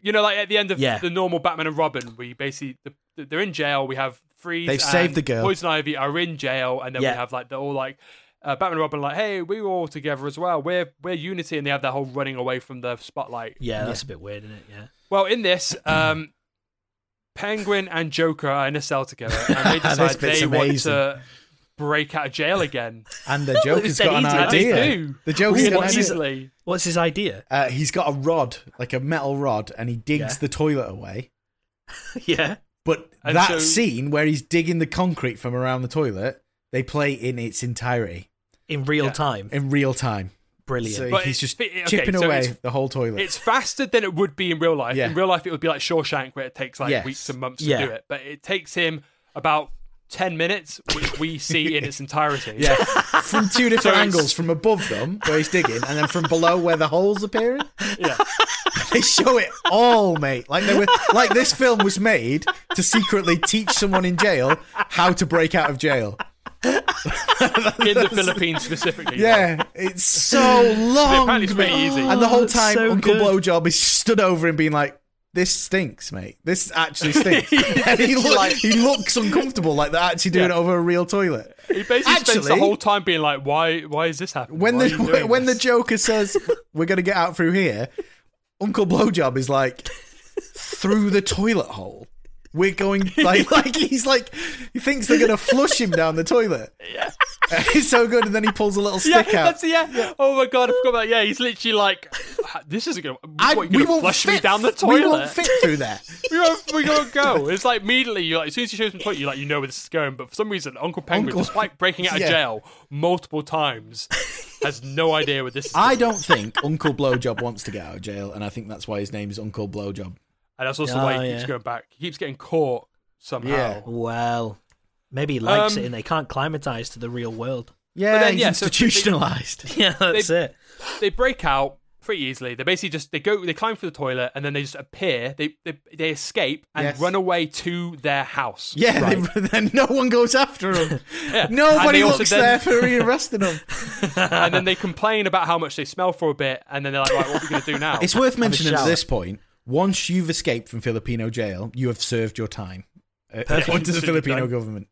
S3: You know, like at the end of
S1: Yeah.
S3: the normal Batman and Robin, we basically the, they're in jail. We have Freeze.
S2: They've saved
S3: and
S2: the girl.
S3: Poison Ivy are in jail, and then
S1: Yeah.
S3: we have like they're all like uh, Batman and Robin, like, "Hey, we were all together as well. We're we're unity." And they have that whole running away from the spotlight.
S1: Yeah, that's a bit weird, isn't it? Yeah.
S3: Well, in this, um, Penguin and Joker are in a cell together, and they
S2: This
S3: decide
S2: bit's
S3: they want
S2: amazing.
S3: to break out of jail again.
S2: And the Joker's
S1: They
S2: got an
S1: do, they
S2: idea.
S3: do.
S2: The Joker's
S1: Really
S2: got an
S3: What
S1: nice.
S2: idea.
S3: easily?
S1: What's his idea?
S2: Uh, he's got a rod, like a metal rod, and he digs
S1: Yeah.
S2: the toilet away.
S1: yeah.
S2: But
S3: And
S2: that
S3: so-
S2: scene where he's digging the concrete from around the toilet, they play in its entirety
S1: In real
S3: Yeah.
S1: time.
S2: in real time.
S1: Brilliant.
S2: So
S3: But
S2: he's
S3: it's-
S2: just
S3: okay,
S2: chipping
S3: so
S2: away
S3: it's-
S2: the whole toilet.
S3: It's faster than it would be in real life.
S2: Yeah.
S3: In real life, it would be like Shawshank, where it takes like
S2: Yes.
S3: weeks and months
S1: Yeah.
S3: to do it. But it takes him about ten minutes, which we see in its entirety.
S2: yeah, from two different
S3: it's-
S2: angles: from above them where he's digging, and then from below where the holes appearing.
S3: yeah.
S2: They show it all, mate. Like they were, like this film was made to secretly teach someone in jail how to break out of jail.
S3: in the Philippines specifically.
S2: Yeah, it's so long.
S3: apparently it's pretty
S2: mate.
S3: easy.
S2: And the
S1: Oh,
S2: whole
S1: that's
S2: time,
S1: so
S2: Uncle
S1: good.
S2: Blowjob is stood over him, being like, "This stinks, mate. This actually stinks." and he, look,
S1: Like-
S2: he looks uncomfortable, like they're actually doing
S3: Yeah.
S2: it over a real toilet.
S3: he basically spends the
S2: Actually-
S3: whole time being like, "Why? Why is this happening?
S2: When the
S3: Why are you doing
S2: when
S3: this?
S2: the Joker says, "We're gonna get out through here," Uncle Blowjob is like, "Through the toilet hole." We're going like like he's like he thinks they're gonna flush him down the toilet. Yeah, it's so good. And then he pulls a little
S3: yeah,
S2: stick out.
S3: that's yeah. Oh my god, I forgot about yeah. He's literally like, "This isn't gonna.
S2: I-
S3: what, you're gonna flush me down the toilet.
S2: We won't fit through there.
S3: we won't, we won't go. It's like immediately, you like as soon as he shows him the toilet, you like you know where this is going. But for some reason, Uncle Penguin,
S2: Uncle-
S3: despite breaking out
S2: Yeah.
S3: of jail multiple times, has no idea where this is.
S2: I don't think Uncle Blowjob wants to get out of jail, and I think that's why his name is Uncle Blowjob.
S3: and that's also
S1: Oh,
S3: why he keeps
S1: yeah.
S3: going back. He keeps getting caught somehow.
S2: Yeah.
S1: Well, maybe he likes
S3: Um,
S1: it and they can't climatize to the real world.
S2: Yeah,
S3: then,
S2: he's
S3: yeah, so-
S2: institutionalized.
S1: Yeah, that's it.
S3: They break out pretty easily. They basically just they go they climb through the toilet and then they just appear. They they, they escape and
S2: Yes.
S3: run away to their house.
S2: yeah, they, then no one goes after him.
S3: Yeah. And
S2: Nobody
S3: they also
S2: looks
S3: then-
S2: there for arresting him.
S3: and then they complain about how much they smell for a bit, and then they're like, right, "What are we going to do now?"
S2: It's worth mentioning at
S1: shower.
S2: this point: once you've escaped from Filipino jail, you have served your time. Uh, according to the
S3: Should be
S2: Filipino
S3: done.
S2: government,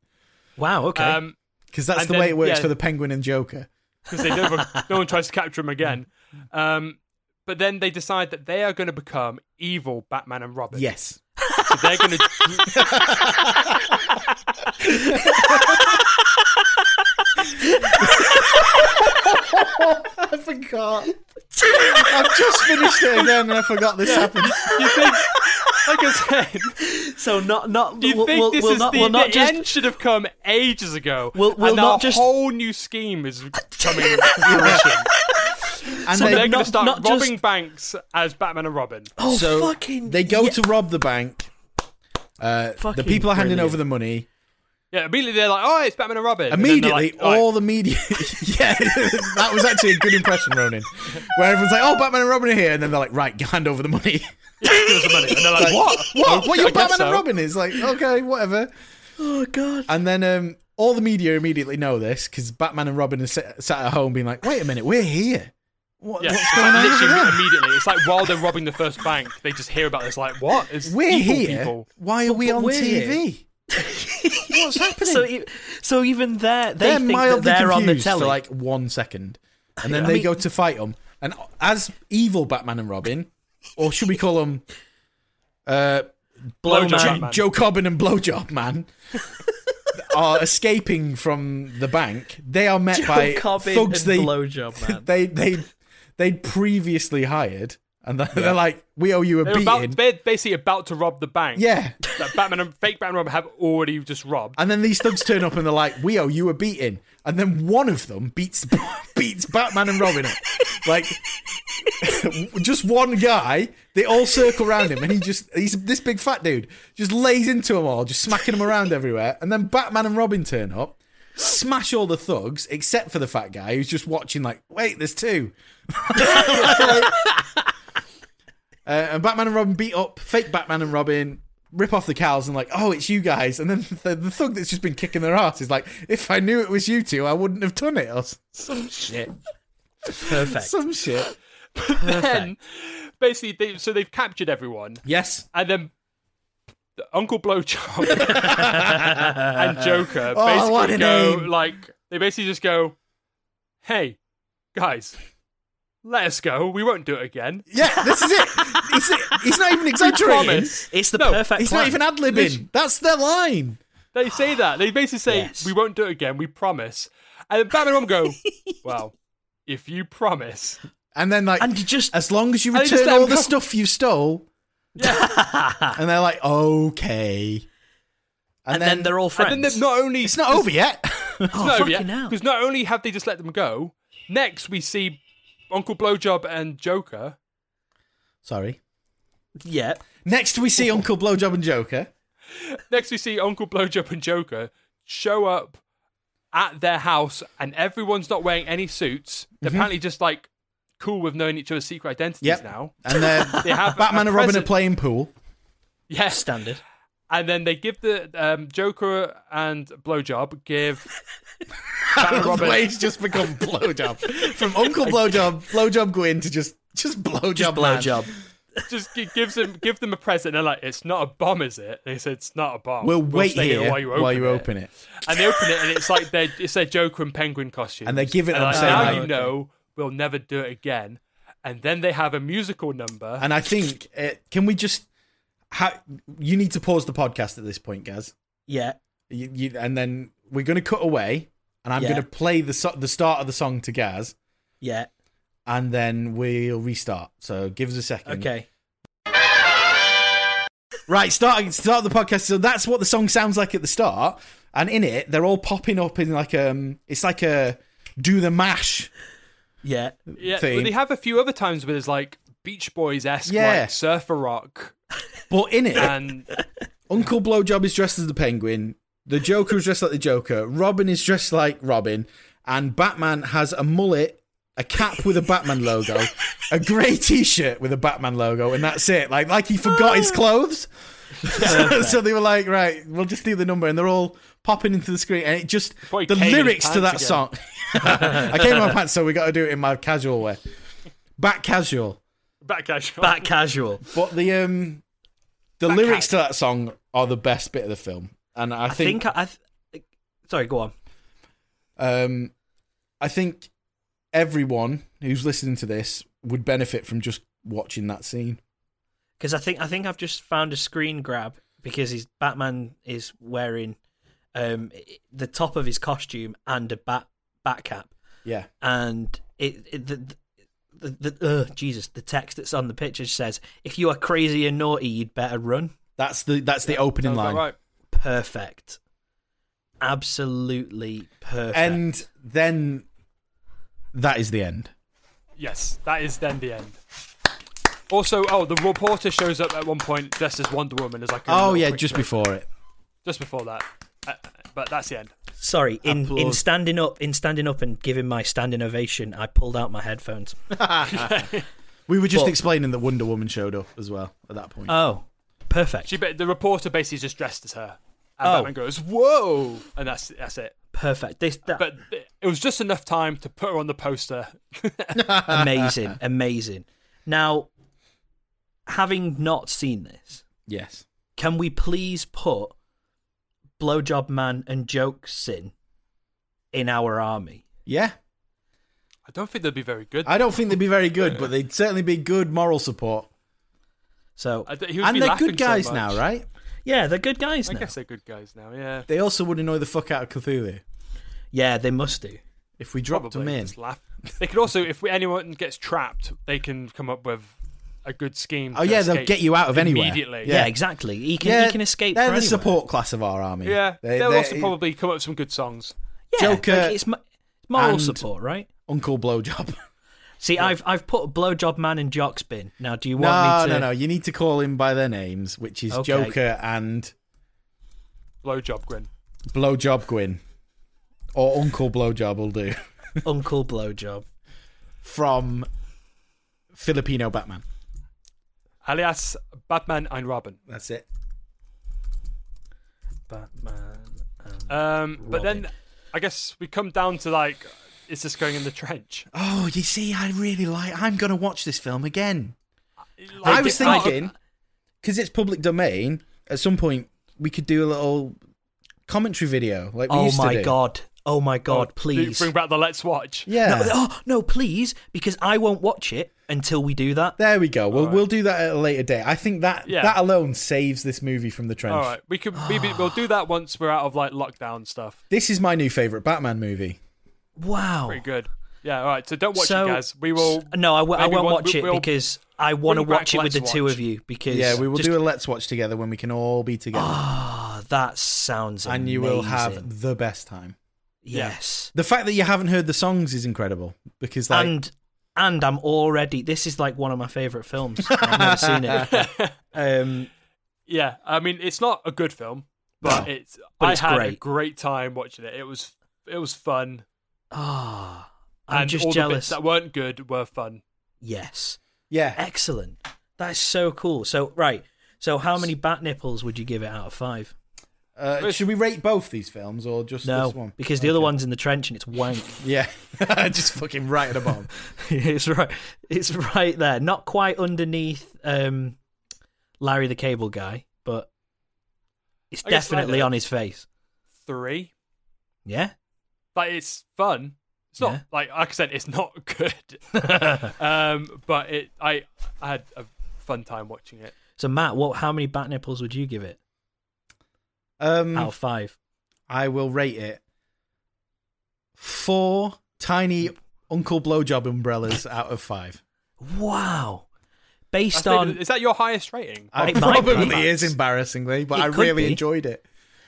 S1: Wow, okay.
S3: Um,
S2: because that's
S3: And
S2: the way
S3: then-
S2: it works
S3: yeah.
S2: for the Penguin and Joker.
S3: because they never, no one tries to capture him again. Um, but then they decide that they are going to become evil Batman and Robin.
S2: Yes,
S3: So they're going to.
S2: I forgot. I've just finished it again, and I forgot this happened.
S3: You think, like I said,
S1: so not not
S3: you
S1: we'll,
S3: think
S1: we'll,
S3: this
S1: we'll
S3: is
S1: not
S3: the,
S1: we'll not
S3: the
S1: just
S3: end should have come ages ago.
S1: We'll- we'll
S3: and
S1: not Uh,
S3: our
S1: just-
S3: whole new scheme is coming to fruition.
S2: And
S1: So
S2: they,
S3: They're going
S1: Not-
S3: to start
S1: not
S3: robbing
S1: just-
S3: banks as Batman and Robin.
S1: Oh,
S2: so
S1: fucking.
S2: they go
S1: yeah.
S2: to rob the bank. Uh, the
S1: Fucking
S2: people are handing
S1: brilliant.
S2: over the money.
S3: Yeah, immediately they're like, "Oh, it's Batman and Robin." And then they're
S2: Immediately,
S3: like, "Right,
S2: all the media. yeah, that was actually a good impression, Ronan. Where everyone's like, "Oh, Batman and Robin are here," and then they're like, "Right, hand over the money."
S3: give us the money." And they're like, "What?
S2: what? What?
S3: I
S2: Your
S3: guess
S2: Batman
S3: so.
S2: and Robin is like, okay, whatever.
S1: Oh god.
S2: And then um, all the media immediately know this because Batman and Robin are sit- sat at home being like, "Wait a minute, we're here. What,
S3: Yeah,
S2: what's
S3: it's
S2: going on
S3: like
S2: over
S3: literally
S2: there?
S3: immediately. It's like while they're robbing the first bank, they just hear about this. Like, what? It's
S2: We're
S3: evil
S2: here.
S3: people.
S2: Why are we
S1: but
S2: on
S1: we're here."
S2: TV? what's happening?
S1: So, e- so even there, they
S2: they're
S1: think
S2: mildly
S1: that they're
S2: confused
S1: on the telly.
S2: for like one second, and then
S1: I
S2: they
S1: mean-
S2: go to fight them. And as evil Batman and Robin, or should we call them uh,
S1: Blowjob
S2: Jo-
S3: Batman.
S2: Joe Cobbin and Blowjob Man, are escaping from the bank. They are met
S1: Joe
S2: by
S1: Cobbin
S2: thugs
S1: and
S2: they
S1: blowjob
S3: Um,
S1: man.
S2: they they they previously hired, and they're, they're like, "We owe you a
S3: They're
S2: beating."
S3: about, they're basically about to rob the bank.
S2: yeah,
S3: that Batman and fake Batman and Robin have already just robbed.
S2: and then these thugs turn up and they're like, "We owe you a beating," and then one of them beats beats Batman and Robin up, like just one guy. They all circle around him, and he just he's this big fat dude just lays into them all, just smacking them around everywhere. And then Batman and Robin turn up, smash all the thugs except for the fat guy who's just watching. Like, wait, there's two. Uh, and Batman and Robin beat up fake Batman and Robin, rip off the cows, and like, oh, it's you guys. And then the, the thug that's just been kicking their ass is like, if I knew it was you two, I wouldn't have done it. Or s- some shit.
S1: Perfect.
S2: Some shit.
S3: Then, basically, they, so they've captured everyone,
S2: Yes.
S3: and then Uncle Blowjob and Joker
S2: Oh, what
S3: basically
S2: a
S3: go
S2: name.
S3: like they basically just go, "Hey, guys, let us go. We won't do it again."
S2: Yeah, this is it. It's, he's not even exaggerating.
S3: Promise.
S1: It's the
S3: No,
S1: perfect.
S2: He's
S1: plan.
S2: not even ad libbing. That's their line.
S3: They say that. They basically say,
S1: Yes.
S3: "We won't do it again. We promise." And then Batman and Robin go, "Well, if you promise,
S2: And then, like,
S1: And you just
S2: as long as you
S3: And you just
S2: return
S3: let
S2: all
S3: him
S2: the
S3: go.
S2: stuff you stole,
S3: yeah."
S2: and they're like, okay.
S1: and, then, they're all friends.
S3: and then they've not only
S2: It's not over yet.
S1: oh,
S3: no,
S1: fucking
S3: yeah,
S1: hell.
S3: because not only have they just let them go, next we see Uncle Blowjob and Joker.
S2: Sorry.
S1: Yeah.
S2: Next, we see Uncle Blowjob and Joker.
S3: Next we see Uncle Blowjob and Joker show up at their house, and everyone's not wearing any suits. They're apparently just like cool with knowing each other's secret identities
S2: Mm-hmm. Yep.
S3: now.
S2: And they're
S3: They have
S2: Batman and Robin
S3: a
S2: are
S3: present-
S2: playing pool.
S3: Yes,
S1: Standard.
S3: and then they give the um, Joker and Blowjob give Batman and Robin.
S2: Blade's just become blowjob from Uncle Blowjob, blowjob Gwyn to just just blowjob,
S1: Just
S2: man.
S1: blowjob.
S3: just gi- gives them give them a present. And they're like, "It's not a bomb, is it?" They said, "It's not a bomb.
S2: We'll wait
S3: stay
S2: here
S3: while you open, it.
S2: it.
S3: And they open it, and it's like their it's their Joker and Penguin costume.
S2: And they give it
S3: like,
S2: them
S3: now
S2: saying,
S3: you
S2: like-
S3: know we'll never do it again. And then they have a musical number.
S2: And I think it, can we just ha- you need to pause the podcast at this point, Gaz.
S1: Yeah.
S2: You, you, and then we're going to cut away, and I'm
S1: Yeah.
S2: going to play the so- the start of the song to Gaz,
S1: Yeah.
S2: and then we'll restart. So give us a second.
S1: Okay.
S2: Right, start start the podcast. So that's what the song sounds like at the start, and in it they're all popping up in like um, it's like a do the mash
S1: Yeah.
S3: yeah,
S2: thing.
S3: but they have a few other times where there's like Beach Boys esque,
S2: Yeah.
S3: like surfer rock,
S2: But in it,
S3: and
S2: Uncle Blowjob is dressed as the Penguin. The Joker is dressed like the Joker. Robin is dressed like Robin, and Batman has a mullet, a cap with a Batman logo, a grey T-shirt with a Batman logo, and that's it. Like like he forgot his clothes. so, so they were like, right, we'll just do the number, and they're all popping into the screen, and it just
S3: Before he
S2: the
S3: came in his
S2: lyrics to that
S3: pants
S2: song. I came in my pants, so we got to do it in my casual way, back casual.
S3: back casual.
S1: Back casual.
S2: But the um the lyrics to that song are the best bit of the film. And I,
S1: I think, I. I th- Sorry, go on.
S2: um I think everyone who's listening to this would benefit from just watching that scene.
S1: because I think I think I've just found a screen grab because his Batman is wearing um, i- the top of his costume and a bat bat cap,
S2: Yeah.
S1: and it, it the. The, the uh, Jesus, the text that's on the picture says, "If you are crazy and naughty, you'd better run."
S2: That's the that's the opening
S3: Sounds about
S2: line.
S3: Oh, right.
S1: Perfect, absolutely perfect.
S2: And then that is the end.
S3: Yes, that is then the end. Also, oh, the reporter shows up at one point dressed as Wonder Woman as like. a
S2: Oh
S3: little
S2: yeah,
S3: quick
S2: just
S3: joke.
S2: before it.
S3: Just before that, uh, but that's the end.
S1: Sorry, in, in
S2: Applause.
S1: standing up, in standing up and giving my standing ovation, I pulled out my headphones.
S2: We were just
S1: Well-
S2: explaining that Wonder Woman showed up as well at that
S3: Uh,
S2: point.
S1: Oh, perfect,
S3: She, ba- the reporter basically is just dressed as her, and
S1: Oh.
S3: Batman goes, "Whoa!" and that's that's it.
S1: perfect. This that,
S3: But it was just enough time to put her on the poster.
S1: amazing, amazing. Now, having not seen this,
S2: yes.
S1: can we please put blowjob man and jokes in in our army?
S2: Yeah.
S3: I don't think they'd be very good.
S2: I don't think they'd be very good, but they'd certainly be good moral support.
S1: So
S3: I don't- he would be
S2: And they're
S3: laughing
S2: good
S3: so
S2: guys
S3: much.
S2: now, right?
S1: yeah, they're good guys
S3: I
S1: now.
S3: guess they're good guys now. Yeah,
S2: They also would annoy the fuck out of Cthulhu
S1: Yeah, they must do.
S2: if we dropped
S3: probably.
S2: them in.
S3: Just laugh. They could also, if we, anyone gets trapped, they can come up with a good scheme.
S2: Oh
S3: to
S2: yeah, they'll
S3: escape
S2: get you out of anywhere
S3: immediately.
S1: Yeah, exactly. He can he can escape.
S2: They're
S1: from
S2: the
S1: anywhere.
S2: support class of our army.
S3: Yeah,
S2: They-
S3: they'll
S2: they're-
S3: also probably come up with some good songs.
S1: Yeah,
S2: Joker
S1: like, it's mo- moral
S2: and-
S1: support, right?
S2: Uncle Blowjob.
S1: See, I've I've put blowjob man in jock spin. Now, do you
S2: No,
S1: want me
S2: no,
S1: to?
S2: no. You need to call him by their names, which is
S1: Okay.
S2: Joker and
S3: Blowjob grin.
S2: Blowjob Gwyn, or Uncle Blowjob will do
S1: no. Uncle blowjob.
S2: from Filipino Batman.
S3: Alias Batman and Robin.
S2: That's it.
S1: Batman. and-
S3: Um, but
S1: Robin.
S3: then I guess we come down to like, is this going in the trench?
S2: Oh, you see, I really like. I'm gonna watch this film again.
S3: Like,
S2: I was
S3: did- oh,
S2: thinking because it's public domain. At some point, we could do a little commentary video, like we
S1: oh
S2: used to
S1: my
S2: do.
S1: god. Oh my god. please.
S3: bring back the Let's Watch.
S2: Yeah.
S1: No, oh no, please, because I won't watch it until we do that.
S2: There we go. We'll we'll do that at a later date. I think that
S3: Yeah.
S2: that alone saves this movie from the trench.
S3: All right, we could maybe we'll do that once we're out of like lockdown stuff.
S2: This is my new favorite Batman movie.
S1: Wow.
S3: Pretty good. Yeah. All right. So don't watch
S1: So-
S3: it, guys. We will.
S1: No, I, w- I
S3: maybe
S1: won't
S3: one-
S1: watch
S3: we-
S1: it
S3: we'll-
S1: because I want to
S3: bring back
S1: watch it with the
S3: Let's
S1: two
S3: Watch.
S1: of you. Because
S2: Yeah, we will
S1: just-
S2: do a let's watch together when we can all be together,
S1: Ah, that sounds amazing.
S2: and you will have the best time.
S1: yes,
S2: The fact that you haven't heard the songs is incredible because like
S1: and and I'm already. This is like one of my favorite films. I've never seen it. Um,
S3: Yeah. I mean, it's not a good film, but it's.
S1: But
S3: I
S1: it's
S3: had a
S1: great.
S3: great time watching it. It was. It was fun.
S1: ah, I'm
S3: and
S1: just
S3: all the
S1: jealous.
S3: bits that weren't good were fun.
S1: yes,
S2: yeah,
S1: excellent. That's so cool. So right. So how many bat nipples would you give it out of five?
S2: uh, should we rate both these films or just this
S1: No,
S2: one?
S1: because the other one's in the trench and it's wank.
S2: yeah, just fucking right at the bottom.
S1: it's right. It's right there. Not quite underneath um, Larry the Cable Guy, but it's
S3: I guess
S1: definitely
S3: like-
S1: on his face.
S3: Three.
S1: Yeah.
S3: Like it's fun. It's not
S1: Yeah.
S3: like like I said. It's not good. um, but it. I. I had a fun time watching it.
S1: So Matt, what? How many bat nipples would you give it
S2: Um,
S1: out of five?
S2: I will rate it four tiny Uncle Blowjob umbrellas out of five.
S1: Wow.
S3: That's
S1: Based
S3: maybe-
S1: on
S3: is that your highest rating?
S1: I-
S2: It
S1: It might be.
S2: probably is embarrassingly, but
S1: It
S2: I
S1: could
S2: really
S1: be.
S2: enjoyed it.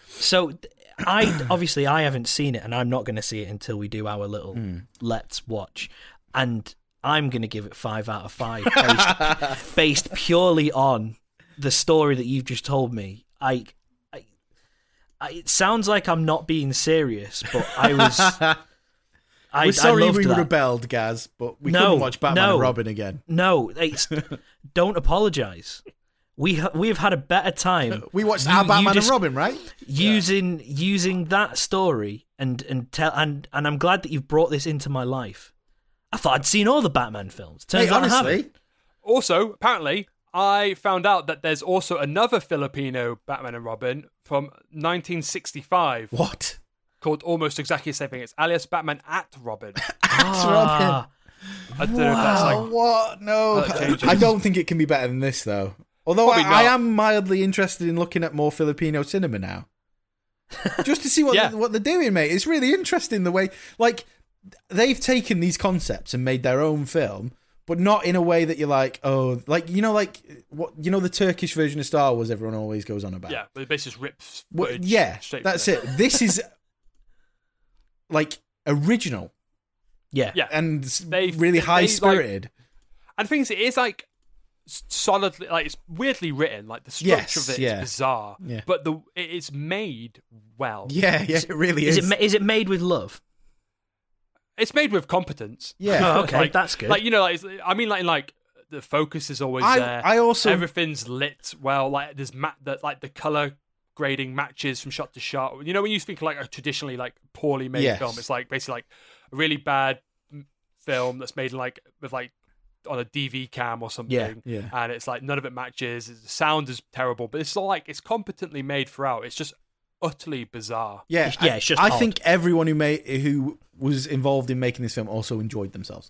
S1: so, th- I obviously I haven't seen it, and I'm not going to see it until we do our little
S2: Hmm.
S1: let's watch, and I'm going to give it five out of five based, based purely on the story that you've just told me. I, I, I, it sounds like I'm not being serious, but I was. I,
S2: We're
S1: I
S2: sorry
S1: loved
S2: we
S1: that.
S2: rebelled, Gaz, but we
S1: No,
S2: couldn't watch Batman
S1: no.
S2: and Robin again.
S1: No, it's, don't apologize. We ha- we have had a better time.
S2: We watched
S1: You-
S2: our
S1: you
S2: Batman
S1: dis-
S2: and Robin, right?
S1: using using that story and and tell and and I'm glad that you've brought this into my life. I thought I'd seen all the Batman films. Turns
S2: Hey,
S1: out I
S2: honestly,
S1: haven't.
S3: Also, apparently, I found out that there's also another Filipino Batman and Robin from 1965
S2: what?
S3: called almost exactly the same thing. It's alias Batman at Robin.
S1: Ah,
S3: I don't know if that's
S2: Oh,
S3: like.
S2: what? No,
S3: that changes.
S2: I don't think it can be better than this, though. Although I,
S3: Probably
S2: I
S3: not.
S2: am mildly interested in looking at more Filipino cinema now, just to see what
S3: Yeah.
S2: they- what they're doing, mate. It's really interesting the way, like, they've taken these concepts and made their own film, but not in a way that you're like, oh, like you know, like what you know, the Turkish version of Star Wars everyone always goes on about.
S3: Yeah, but it basically just rips.
S2: Well,
S3: footage
S2: yeah,
S3: straight
S2: that's
S3: from
S2: it. This is like original.
S1: Yeah.
S3: Yeah.
S2: and s-
S3: They-
S2: really
S3: they, like-
S2: high spirited.
S3: And the thing is, it is like s- solidly, like it's weirdly written. Like the structure
S2: Yes,
S3: of it is
S2: yeah.
S3: bizarre,
S2: Yeah.
S3: but the it is made well.
S2: yeah, yeah, it really
S1: Is
S2: is.
S1: it ma- is it made with love?
S3: It's made with competence.
S2: yeah,
S1: Oh, okay,
S3: Like-
S1: that's good.
S3: Like you know, like it's- I mean, like like the focus is always
S2: I-
S3: there.
S2: I also-
S3: everything's lit well. Like there's ma- that like the color grading matches from shot to shot. You know, when you think like a traditionally like poorly made
S2: Yes.
S3: film, it's like basically like a really bad m- film that's made like with like on a DV cam or something.
S2: yeah.
S3: And it's like none of it matches. The sound is terrible, but it's all like it's competently made throughout. It's just utterly bizarre.
S2: yeah,
S1: It's- yeah,
S2: I-
S1: it's just
S2: I
S1: odd.
S2: think everyone who made who was involved in making this film also enjoyed themselves.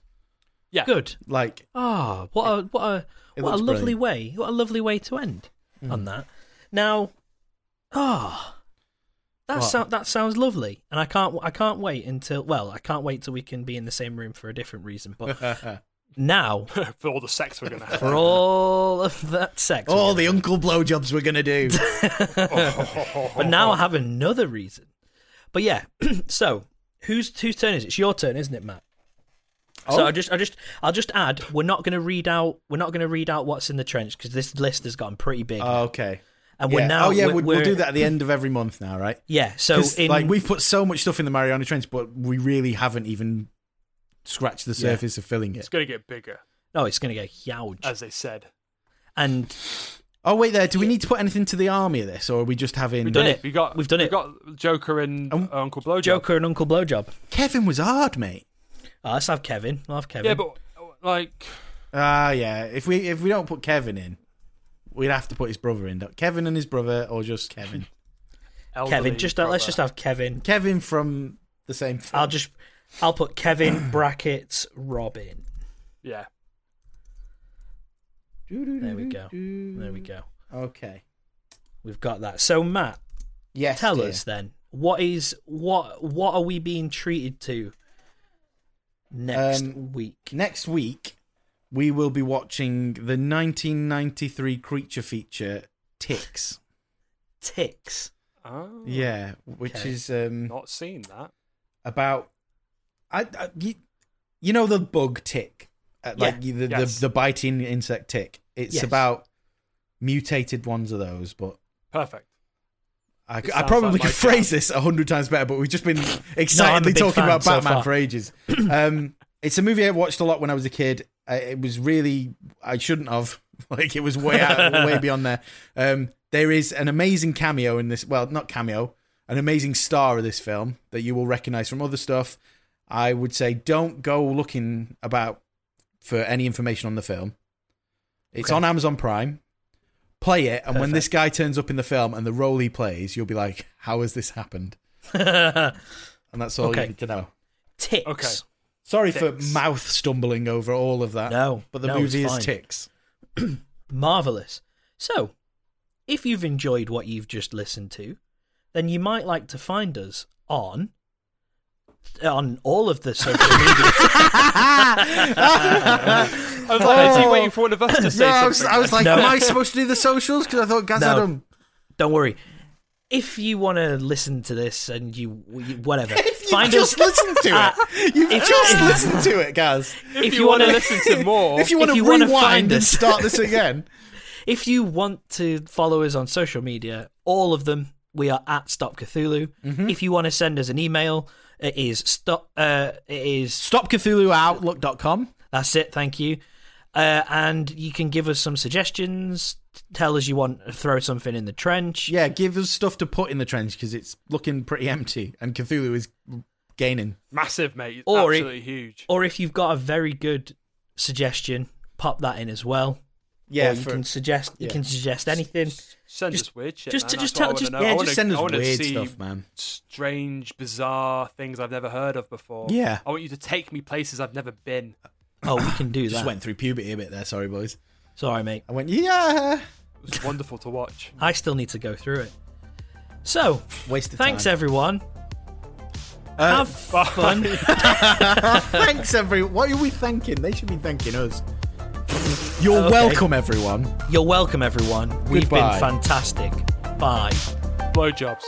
S1: good.
S2: Like,
S1: Ah, what a what a
S2: It
S1: what a
S2: looks Mm.
S1: lovely way. What a lovely way to end on that. Now, ah, that
S2: What?
S1: sound that sounds lovely, and I can't I can't wait until well I can't wait till we can be in the same room for a different reason. But now,
S3: For all the sex we're gonna have.
S1: for all of that sex,
S2: all
S1: we're
S2: the
S1: gonna-
S2: uncle blowjobs we're gonna do.
S1: but now I have another reason. But yeah, so whose whose turn is it? It's your turn, isn't it, Matt? So
S2: Oh.
S1: I will just, I just, I'll just add. We're not going to read out. We're not going to read out what's in the trench because this list has gotten pretty big,
S2: Oh, okay.
S1: and
S2: Yeah.
S1: we're now.
S2: oh yeah,
S1: we're,
S2: we'll, we'll
S1: we're-
S2: do that at the end of every month now, right?
S1: Yeah. So
S2: 'Cause,
S1: in
S2: like we've put so much stuff in the Mariana Trench, but we really haven't even scratched the
S1: Yeah.
S2: surface of filling it.
S3: It's gonna get bigger,
S1: oh, it's going to go huge.
S3: as they said.
S1: and
S2: Oh wait, there. Do we need to put anything to the army of this, or are we just having?
S3: We've
S1: done
S3: done
S1: it.
S3: it. We got.
S1: We've done it.
S3: We got Joker and
S2: Um,
S3: uh, Uncle Blowjob.
S1: Joker and Uncle Blowjob.
S2: Kevin was hard, mate.
S1: Oh, let's have Kevin. I'll have Kevin.
S3: Yeah, but uh, like,
S2: Ah, yeah. If we if we don't put Kevin in, we'd have to put his brother in. don't- Kevin and his brother, or just Kevin.
S3: elderly
S1: Kevin. Just uh, let's
S3: brother.
S1: just have Kevin.
S2: Kevin from the same. Film.
S1: I'll just, I'll put Kevin brackets Robin.
S3: yeah.
S1: There we go. There we go.
S2: Okay.
S1: We've got that. So Matt,
S2: Yes.
S1: tell
S2: dear.
S1: us then what is what what are we being treated to next
S2: Um,
S1: week?
S2: Next week, we will be watching the 1993 creature feature Ticks.
S1: Ticks.
S3: Oh,
S2: Yeah, which
S1: Hmm. Okay.
S2: is um
S3: Not seen that.
S2: about I, I you, you know the bug tick, uh, like the, the
S3: yes.
S2: the biting insect tick. It's
S1: Yes.
S2: about mutated ones of those, but.
S3: Perfect.
S2: I,
S3: It
S2: I
S3: sounds
S2: probably
S3: like
S2: could
S3: my
S2: phrase
S3: jam.
S2: this a hundred times better, but we've just been
S1: No, I'm a
S2: excitedly
S1: big
S2: talking
S1: fan
S2: about
S1: so
S2: Batman
S1: far.
S2: for ages. Um, it's a movie I watched a lot when I was a kid. Uh, it was really I shouldn't have. Like it was way out, way beyond there. Um, there is an amazing cameo in this. Well, not cameo, an amazing star of this film that you will recognize from other stuff. I would say don't go looking about for any information on the film. It's
S1: Okay.
S2: on Amazon Prime. Play it, and when this guy turns up in the film and the role he plays, you'll be like, "How has this happened?" And that's all
S1: Okay.
S2: you need to know.
S1: Ticks.
S3: Okay.
S2: Sorry
S3: Ticks.
S2: for mouth stumbling over all of that.
S1: No,
S2: but the
S1: no,
S2: movie
S1: it's
S2: is
S1: fine.
S2: ticks.
S1: Marvelous. So, if you've enjoyed what you've just listened to, then you might like to find us on on all of the social media.
S3: I
S1: Oh.
S3: was like, is he waiting for one of us to say something?
S2: like,
S1: No. "Am
S2: I supposed to do the socials?" Because I thought Gaz um,
S1: No. had 'em. Don't worry. If you want to listen to this and you, you whatever,
S2: You've
S1: find us.
S2: just listened to
S1: Uh,
S2: it. You've
S1: if-
S2: just listened to it, Gaz.
S3: if,
S1: you
S3: you want to
S1: wanna-
S3: listen to more,
S2: If you want
S1: if
S2: to
S1: you wanna
S2: rewind
S1: find
S2: and
S1: us-
S2: start this again,
S1: If you want to follow us on social media, all of them, we are at Stop Cthulhu.
S2: Mm-hmm.
S1: If you want to send us an email, it is stop. Uh, it is
S2: stop CthulhuOutlook.com.
S1: that's it. Thank you. Uh, and you can give us some suggestions. t- Tell us you want to throw something in the trench.
S2: Yeah, give us stuff to put in the trench because it's looking pretty empty, and Cthulhu is gaining.
S3: massive, mate,
S1: Or it-
S3: absolutely huge.
S1: Or if you've got a very good suggestion, pop that in as well.
S2: Yeah,
S1: Or you
S2: for-
S1: can suggest. You
S2: yeah.
S1: can suggest anything.
S3: Send
S1: just-
S3: us weird shit.
S1: just to-
S3: man,
S1: just
S3: that's what
S1: tell-
S3: I wanna
S1: just-
S3: know.
S1: yeah,
S3: I
S1: just
S3: wanna,
S2: send us
S3: I wanna
S2: weird
S3: see
S2: stuff, man.
S3: Strange, bizarre things I've never heard of before.
S2: Yeah.
S3: I want you to take me places I've never been.
S1: Oh, we can do
S2: just
S1: that.
S2: went through puberty a bit there. Sorry, boys.
S1: Sorry, mate.
S2: I went, yeah,
S3: It was wonderful to watch.
S1: I still need to go through it. So,
S2: wasted
S1: thanks
S2: time.
S1: everyone.
S2: Uh,
S1: Have fun.
S2: thanks, everyone. What are we thanking? They should be thanking us. You're
S1: Okay.
S2: welcome, everyone.
S1: You're welcome, everyone. We've been
S2: Goodbye.
S1: fantastic. Bye.
S3: Blowjobs.